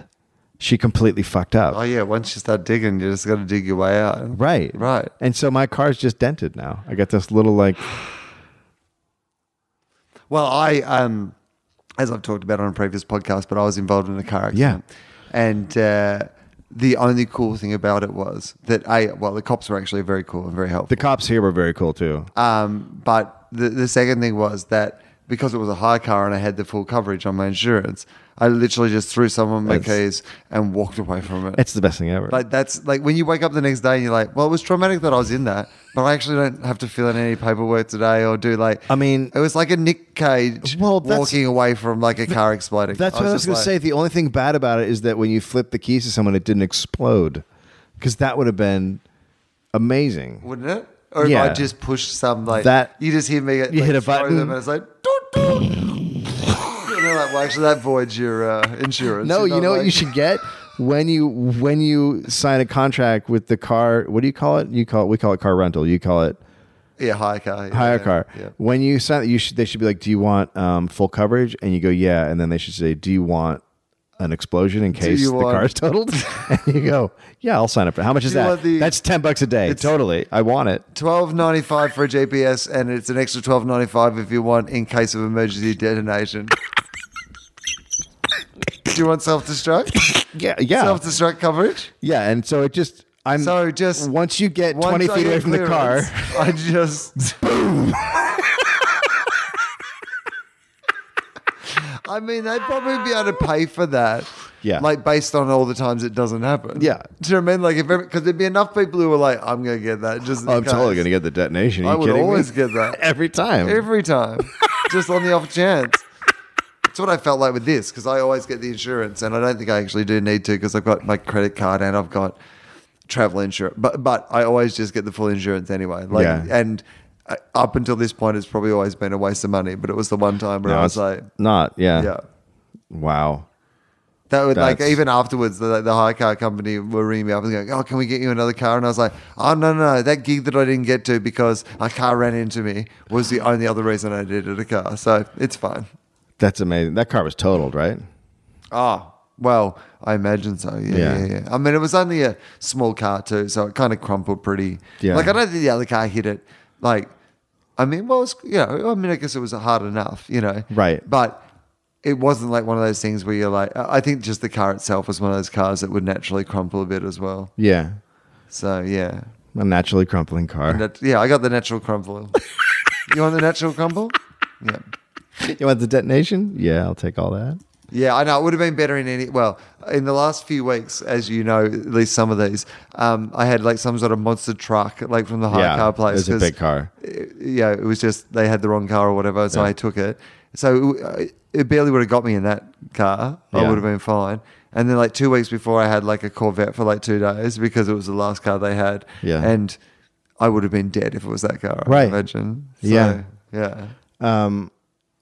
S3: She completely fucked up.
S2: Oh yeah, once you start digging, you just got to dig your way out.
S3: Right.
S2: Right.
S3: And so my car's just dented now. I got this little like
S2: Well, I um, as I've talked about on a previous podcast, but I was involved in a car accident. and uh, the only cool thing about it was that I well, the cops were actually very cool and very helpful.
S3: the cops here were very cool too.
S2: Um, but the, the second thing was that because it was a high car and I had the full coverage on my insurance, I literally just threw someone my
S3: That's-
S2: keys and walked away from it.
S3: it's the best thing ever.
S2: Like that's like when you wake up the next day and you're like, well, it was traumatic that I was in that, but I actually don't have to fill in any paperwork today or do like.
S3: I mean-
S2: it was like a Nick Cage
S3: Well, that's-
S2: walking away from like a car exploding.
S3: That's what I was
S2: just
S3: going
S2: like-
S3: to say. The only thing bad about it is that when you flip the keys to someone, it didn't explode because that would have been amazing.
S2: wouldn't it? Or if I
S3: Yeah.
S2: just push some like
S3: That-
S2: you just hear me, you
S3: hit a button.
S2: them and it's like. Doot, doot. and they're like, well, actually, that voids your uh, insurance.
S3: No,
S2: You're
S3: you
S2: not
S3: know what
S2: like-
S3: you should get when you when you sign a contract with the car. What do you call it? You call it. We call it car rental. You call it
S2: Yeah, hire car. yeah,
S3: hire
S2: yeah,
S3: car.
S2: Yeah.
S3: When you sign, you should. They should be like, "Do you want um, full coverage?" And you go, "Yeah." And then they should say, "Do you want?" An explosion in case
S2: you
S3: the
S2: want-
S3: car's totaled, *laughs* and you go, "Yeah, I'll sign up for." it." How much is
S2: Do you
S3: that?
S2: want the-
S3: That's ten bucks a day.
S2: It's-
S3: Totally, I want it.
S2: Twelve ninety five for a GPS, and it's an extra twelve ninety five if you want in case of emergency detonation. Do you want self destruct?
S3: Yeah, yeah.
S2: Self destruct coverage.
S3: Yeah, and so it just I'm
S2: So just-
S3: once you get
S2: Once
S3: twenty
S2: I
S3: feet
S2: get
S3: away from the car,
S2: clearance, *laughs*
S3: *laughs*
S2: I just I mean, they'd probably be able to pay for that.
S3: Yeah.
S2: Like based on all the times it doesn't happen.
S3: Yeah.
S2: Do you know what I mean? Like if because there'd be enough people who were like, I'm gonna get that. Just in
S3: oh, I'm
S2: case."
S3: totally gonna get the detonation. Are you
S2: I would
S3: kidding me?
S2: always
S3: *laughs*
S2: get that.
S3: every time.
S2: every
S3: *laughs*
S2: time, just on the off chance. It's what I felt like with this because I always get the insurance, and I don't think I actually do need to because I've got my credit card and I've got travel insurance, but but I always just get the full insurance anyway. Like
S3: Yeah.
S2: and uh, up until this point, it's probably always been a waste of money. But it was the one time where I
S3: No,
S2: was
S3: it's
S2: like,
S3: not. Yeah.
S2: yeah.
S3: Wow.
S2: That would like
S3: That's-
S2: even afterwards, the, the hire car company were ringing me up and going, "Oh, can we get you another car?" And I was like, "Oh no, no, no, that gig that I didn't get to because a car ran into me was the only other reason I needed a car, so it's fine."
S3: That's amazing. That car was totaled, right?
S2: Oh well, I imagine so. Yeah,
S3: Yeah.
S2: yeah, yeah. I mean, it was only a small car too, so it kind of crumpled pretty.
S3: Yeah.
S2: Like I don't think the other car hit it. Like, I mean, well, it's you know, I mean, I guess it was hard enough, you know.
S3: Right.
S2: But it wasn't like one of those things where you're like, I I think just the car itself was one of those cars that would naturally crumple a bit as well.
S3: Yeah.
S2: So yeah,
S3: A naturally crumpling car.
S2: Nat- yeah, I got the natural
S3: *laughs*
S2: crumple. you want the natural crumple? Yeah.
S3: *laughs* you want the detonation? Yeah, I'll take all that.
S2: Yeah, I know. It would have been better in any. Well, in the last few weeks, as you know, at least some of these, um, I had like some sort of monster truck, like from the hire
S3: yeah,
S2: car place.
S3: It was a
S2: 'cause,
S3: big car.
S2: uh, yeah, it was just they had the wrong car or whatever, so I took it. So uh, it barely would have got me in that car. I
S3: Yeah.
S2: would have been fine. And then like two weeks before, I had like a Corvette for like two days because it was the last car they had.
S3: Yeah.
S2: and I would have been dead if it was that car. I
S3: Right.
S2: imagine.
S3: Yeah.
S2: yeah.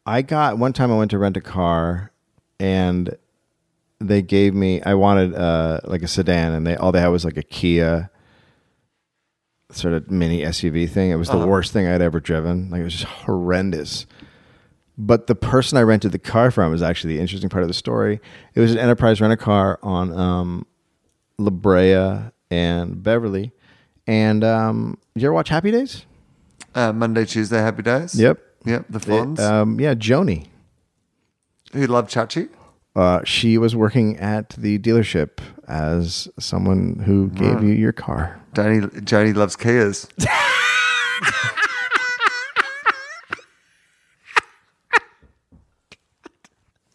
S3: I got one time I went to rent a car and they gave me I wanted uh like a sedan and they all they had was like a Kia sort of mini SUV thing. It was the worst thing I'd ever driven. Like it was just horrendous. But the person I rented the car from is actually the interesting part of the story. It was an enterprise rent a car on um La Brea and Beverly. And um did you ever watch Happy Days?
S2: Uh, Monday, Tuesday, happy days.
S3: Yep.
S2: Yep, the Fonz,
S3: Um yeah, Joni.
S2: who love Chachi.
S3: uh, she was working at the dealership as someone who gave you your car.
S2: Danny, Joni loves Kias.
S3: *laughs*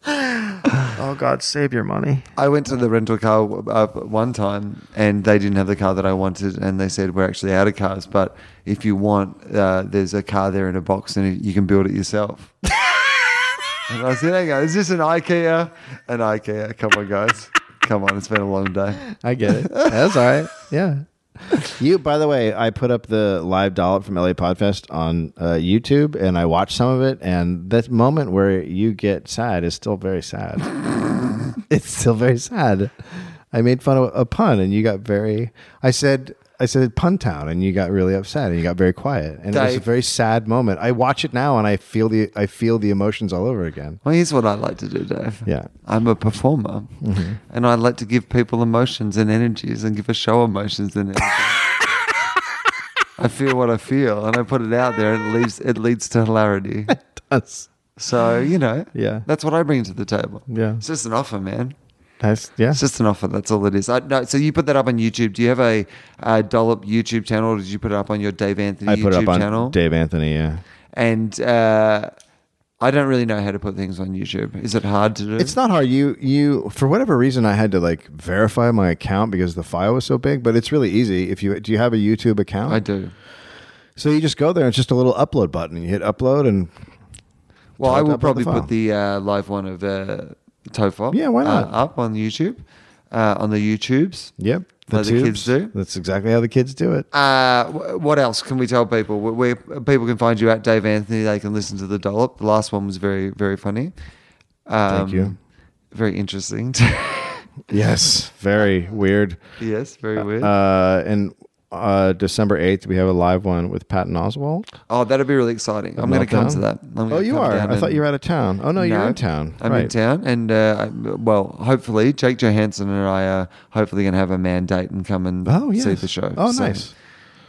S3: Oh God, save your money.
S2: I went to the rental car w- uh, one time and they didn't have the car that I wanted. And they said, We're actually out of cars, but if you want, uh, there's a car there in a box and you can build it
S3: *laughs*
S2: yourself. and I said, Hang on, is this an IKEA? An IKEA. Come on, guys. Come on, it's been a long day.
S3: I get it. That's all right. Yeah. *laughs* You, by the way, I put up the live dollop from LA Podfest on uh, YouTube, and I watched some of it. And that moment where you get sad is still very *laughs* sad. it's still very sad. I made fun of a pun, and you got very. I said. I said pun town and you got really upset and you got very quiet and it was a
S2: Dave.
S3: very sad moment. I watch it now and I feel the I feel the emotions all over again.
S2: Well, here's what I like to do, Dave.
S3: Yeah. Mm-hmm.
S2: I'm a performer and I like to give people emotions and energies and give a show emotions and
S3: *laughs*
S2: energies. I feel what I feel and I put it out there and it leaves it leads to hilarity.
S3: That's
S2: So, you know,
S3: Yeah.
S2: That's what I bring to the table.
S3: Yeah.
S2: It's just an offer, man.
S3: that's yeah.
S2: It's just an offer. That's all it is. I, no, so you put that up on YouTube. Do you have a, uh dollop YouTube channel or did you put it up on your Dave Anthony
S3: I
S2: YouTube
S3: put it up on
S2: channel?
S3: Dave Anthony, yeah.
S2: And uh, I don't really know how to put things on YouTube. Is it hard to do?
S3: It's not hard. You you for whatever reason I had to like verify my account because the file was so big, but it's really easy. If you do you have a YouTube account?
S2: I do.
S3: So you just go there and it's just a little upload button. You hit upload and
S2: Well,
S3: Type
S2: I
S3: up
S2: will
S3: on the
S2: probably
S3: file.
S2: put the uh, live one of uh, Tofop.
S3: Yeah, why
S2: uh,
S3: not?
S2: up on YouTube, uh, on the YouTubes.
S3: yep.
S2: Like the kids
S3: tubes.
S2: do?
S3: That's exactly how the kids do it.
S2: Uh, wh- what else can we tell people? Wh- Where people can find you at Dave Anthony, they can listen to the dollop. The last one was very, very funny. Um,
S3: Thank you.
S2: Very interesting. *laughs*
S3: Yes. Very weird.
S2: yes, very weird.
S3: Uh and uh December eighth we have a live one with Patton Oswald.
S2: oh, that'll be really exciting. I'm going to come
S3: Meltdown?
S2: to that. I'm gonna
S3: Oh you
S2: come
S3: are.
S2: down
S3: I thought
S2: and-
S3: you were out of town. Oh no, you're
S2: No,
S3: in town.
S2: I'm in
S3: Right.
S2: town, and uh, I- well, hopefully Jake Johansson and I are hopefully going to have a man date and come and
S3: Oh yes.
S2: see the show.
S3: Oh
S2: So
S3: nice.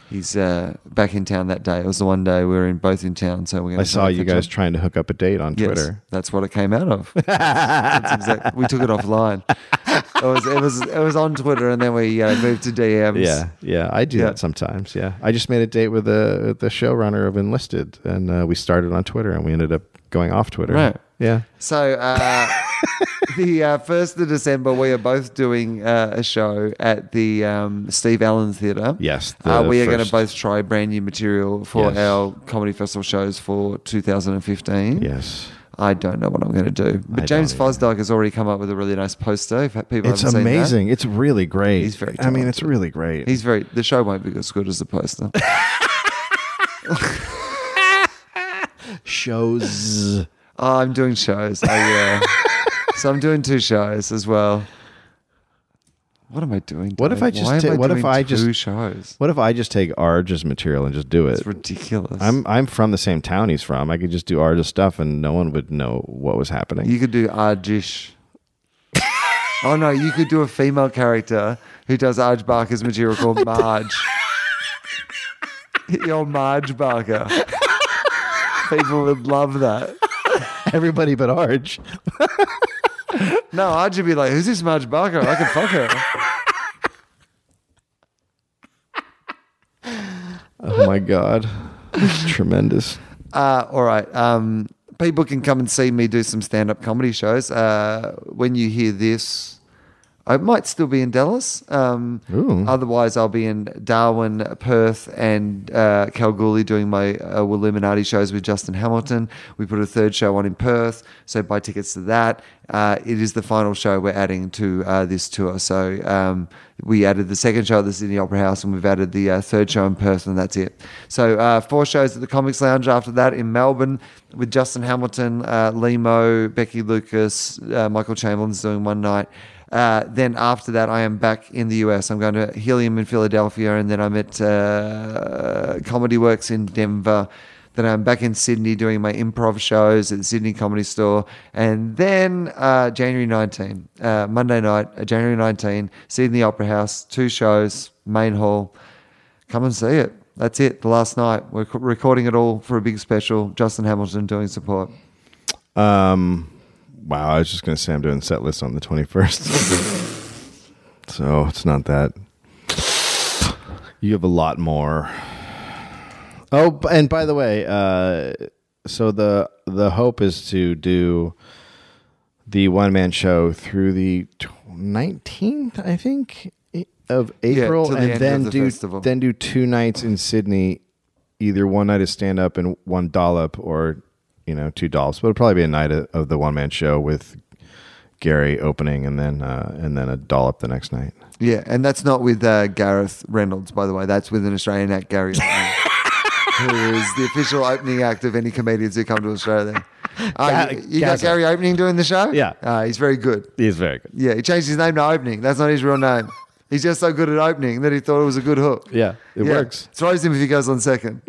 S2: He's uh, back in town that day. It was the one day we were in both in town, so we're going.
S3: I saw you guys trying to hook up a date on
S2: Yes,
S3: Twitter.
S2: that's what it came out
S3: *laughs*
S2: of. That's exact- we took it offline. It was it was it was on Twitter, and then we uh, moved to DMs.
S3: Yeah, yeah, I do
S2: Yeah.
S3: that sometimes. Yeah, I just made a date with the the showrunner of Enlisted, and uh, we started on Twitter, and we ended up going off Twitter.
S2: Right.
S3: Yeah.
S2: So uh, the uh, first of December, we are both doing uh, a show at the um, Steve Allen Theatre.
S3: Yes,
S2: uh,
S3: the
S2: we are going to
S3: first.
S2: both try brand new material for
S3: Yes.
S2: our comedy festival shows for 2015.
S3: Yes.
S2: I don't know what I'm going to do. But
S3: I
S2: James
S3: don't
S2: Fosdyke has already come up with a really nice poster. If people
S3: It's
S2: haven't seen that.
S3: amazing. It's really great.
S2: He's very
S3: I mean, it's
S2: talented.
S3: really great.
S2: He's very. The show won't be as good as the
S3: *laughs*
S2: poster. *laughs*
S3: shows.
S2: oh, I'm doing shows. Oh yeah. so I'm doing two shows as well. What am I doing?
S3: What if
S2: Dave?
S3: I just
S2: Why am
S3: ta- what if
S2: doing
S3: I
S2: two
S3: just-
S2: shows?
S3: What if I just take Arj's material and just do it?
S2: It's ridiculous.
S3: I'm I'm from the same town he's from. I could just do Arj's stuff and no one would know what was happening.
S2: *laughs* You could do Arjish. oh no, you could do a female character who does Arj Barker's material called Marge. You're Marge Barker. People would love that.
S3: Everybody but
S2: *laughs*
S3: Arj.
S2: No, Arj would be like, "Who's this Marge Barker? I can fuck her."
S3: Oh my god. It's tremendous.
S2: Uh, all right. Um, people can come and see me do some stand up comedy shows. Uh, when you hear this, I might still be in Dallas. Um,
S3: Ooh.
S2: otherwise, I'll be in Darwin, Perth, and uh, Kalgoorlie doing my uh, Illuminati shows with Justin Hamilton. We put a third show on in Perth, so buy tickets to that. Uh, it is the final show we're adding to uh, this tour. So um, we added the second show at the Sydney Opera House, and we've added the uh, third show in Perth, and that's it. So uh, four shows at the Comics Lounge after that in Melbourne with Justin Hamilton, uh, Limo, Becky Lucas, uh, Michael Chamberlain's doing one night. Uh, then after that, I am back in the US. I'm going to Helium in Philadelphia, and then I'm at uh, Comedy Works in Denver. Then I'm back in Sydney doing my improv shows at the Sydney Comedy Store. And then uh, January 19, uh, Monday night, uh, January 19, Sydney Opera House, two shows, main hall. Come and see it. That's it. The last night. We're co- recording it all for a big special. Justin Hamilton doing support.
S3: Um wow, I was just gonna say I'm doing set list on the twenty first. *laughs* so it's not that. You have a lot more. Oh, b- and by the way, uh so the the hope is to do the one man show through the nineteenth, I think, i- of April,
S2: till the end
S3: and
S2: of
S3: then
S2: the
S3: do
S2: festival.
S3: then do two nights in Sydney, either one night of stand up and one dollop, or you know two dollops. But it'll probably be a night of, of the one man show with Gary opening, and then uh, and then a dollop the next night.
S2: Yeah, and that's not with uh, Gareth Reynolds, by the way. That's with an Australian act,
S3: *laughs*
S2: Gary, Oldman, who is the official opening act of any comedians who come to Australia. Uh,
S3: Ga-
S2: you you got
S3: Gazza.
S2: Gary opening doing the show?
S3: Yeah.
S2: Uh, he's very good.
S3: He's very good.
S2: Yeah, he changed his name to opening. That's not his real name. He's just so good at opening that he thought it was a good hook.
S3: Yeah, it
S2: Yeah.
S3: works.
S2: Throws him if he goes on second.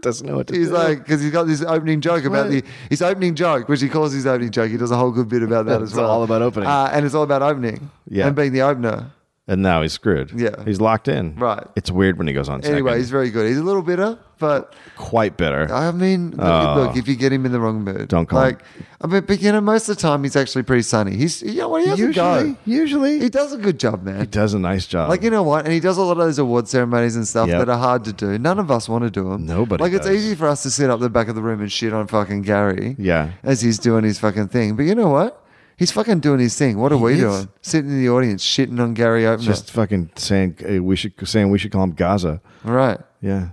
S3: Doesn't know what to
S2: He's
S3: do.
S2: like, because he's got this opening joke about the his opening joke, which he calls his opening joke. He does a whole good bit about that
S3: It's
S2: as well.
S3: all about opening.
S2: uh, and it's all about opening.
S3: Yeah.
S2: and being the opener.
S3: and now he's screwed.
S2: Yeah.
S3: he's locked in.
S2: Right.
S3: It's weird when he goes on.
S2: Anyway,
S3: second.
S2: he's very good. He's a little bitter, but
S3: quite bitter.
S2: I mean, look,
S3: Oh.
S2: look, if you get him in the wrong mood,
S3: Don't call
S2: like,
S3: him.
S2: I mean, but you know, most of the time he's actually pretty sunny. He's you know what he has to go.
S3: usually
S2: He does a good job, man.
S3: does a nice job.
S2: Like you know what, and he does a lot of those award ceremonies and stuff
S3: Yep.
S2: that are hard to do. None of us want to do them.
S3: Nobody
S2: Like it's
S3: does.
S2: easy for us to sit up the back of the room and shit on fucking Gary.
S3: Yeah.
S2: As he's doing his fucking thing, but you know what? He's fucking doing his thing. What are we
S3: is.
S2: doing? Sitting in the audience, shitting on Gary Opener.
S3: just fucking saying uh, we should saying we should call him Gaza.
S2: right.
S3: Yeah.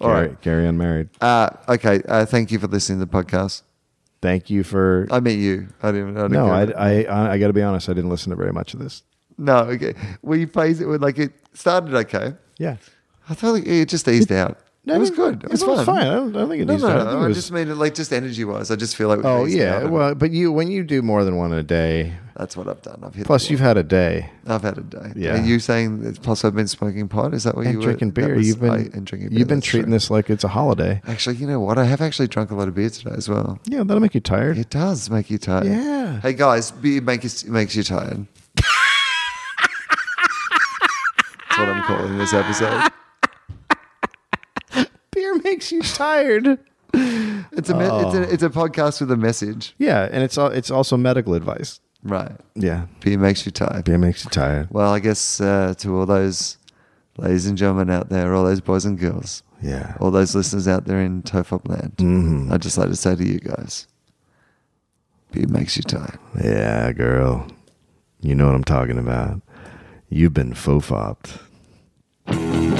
S2: All
S3: Gary,
S2: right.
S3: Gary unmarried.
S2: Uh, okay. Uh, thank you for listening to the podcast.
S3: Thank you for.
S2: I meant you. I didn't. I didn't
S3: no,
S2: go-
S3: I I I, I got to be honest. I didn't listen to very much of this.
S2: no. Okay, we phrase it with like it started okay.
S3: Yeah.
S2: I thought like, it just eased out.
S3: No,
S2: it was good.
S3: yeah,
S2: It was
S3: no,
S2: fun.
S3: It was fine. I don't, I don't think it
S2: No,
S3: needs. to, I
S2: no,
S3: don't think
S2: no.
S3: it
S2: I
S3: was-
S2: just mean it like just energy wise. I just feel like. we
S3: Oh
S2: phased it out
S3: yeah.
S2: and
S3: Well, but you when you do more than one a day,
S2: that's what I've done. I've hit.
S3: plus you've had a day.
S2: had, I've had a day.
S3: Yeah.
S2: Are you saying that plus I've been smoking pot? Is that what you
S3: And
S2: were?
S3: drinking
S2: that
S3: beer,
S2: was-
S3: you've been
S2: I- and drinking. Beer,
S3: you've been
S2: that's
S3: treating
S2: true.
S3: this like it's a holiday.
S2: Actually, you know what? I have actually drunk a lot of beer today as well.
S3: Yeah, that'll make you tired.
S2: It does make you tired.
S3: Yeah.
S2: Hey guys, beer makes you, makes you
S3: *laughs*
S2: tired. That's what I'm calling this episode.
S3: Beer makes you tired.
S2: It's a, me- it's a it's a podcast with a message,
S3: Yeah, and it's al- it's also medical advice.
S2: right?
S3: Yeah,
S2: Beer makes you tired.
S3: beer makes you tired.
S2: Well, I guess uh, to all those ladies and gentlemen out there, all those boys and girls,
S3: Yeah.
S2: all those listeners out there in Tofop land, I'd just like to say to you guys, beer makes you tired.
S3: Yeah, girl. You know what I'm talking about. You've been faux fopped.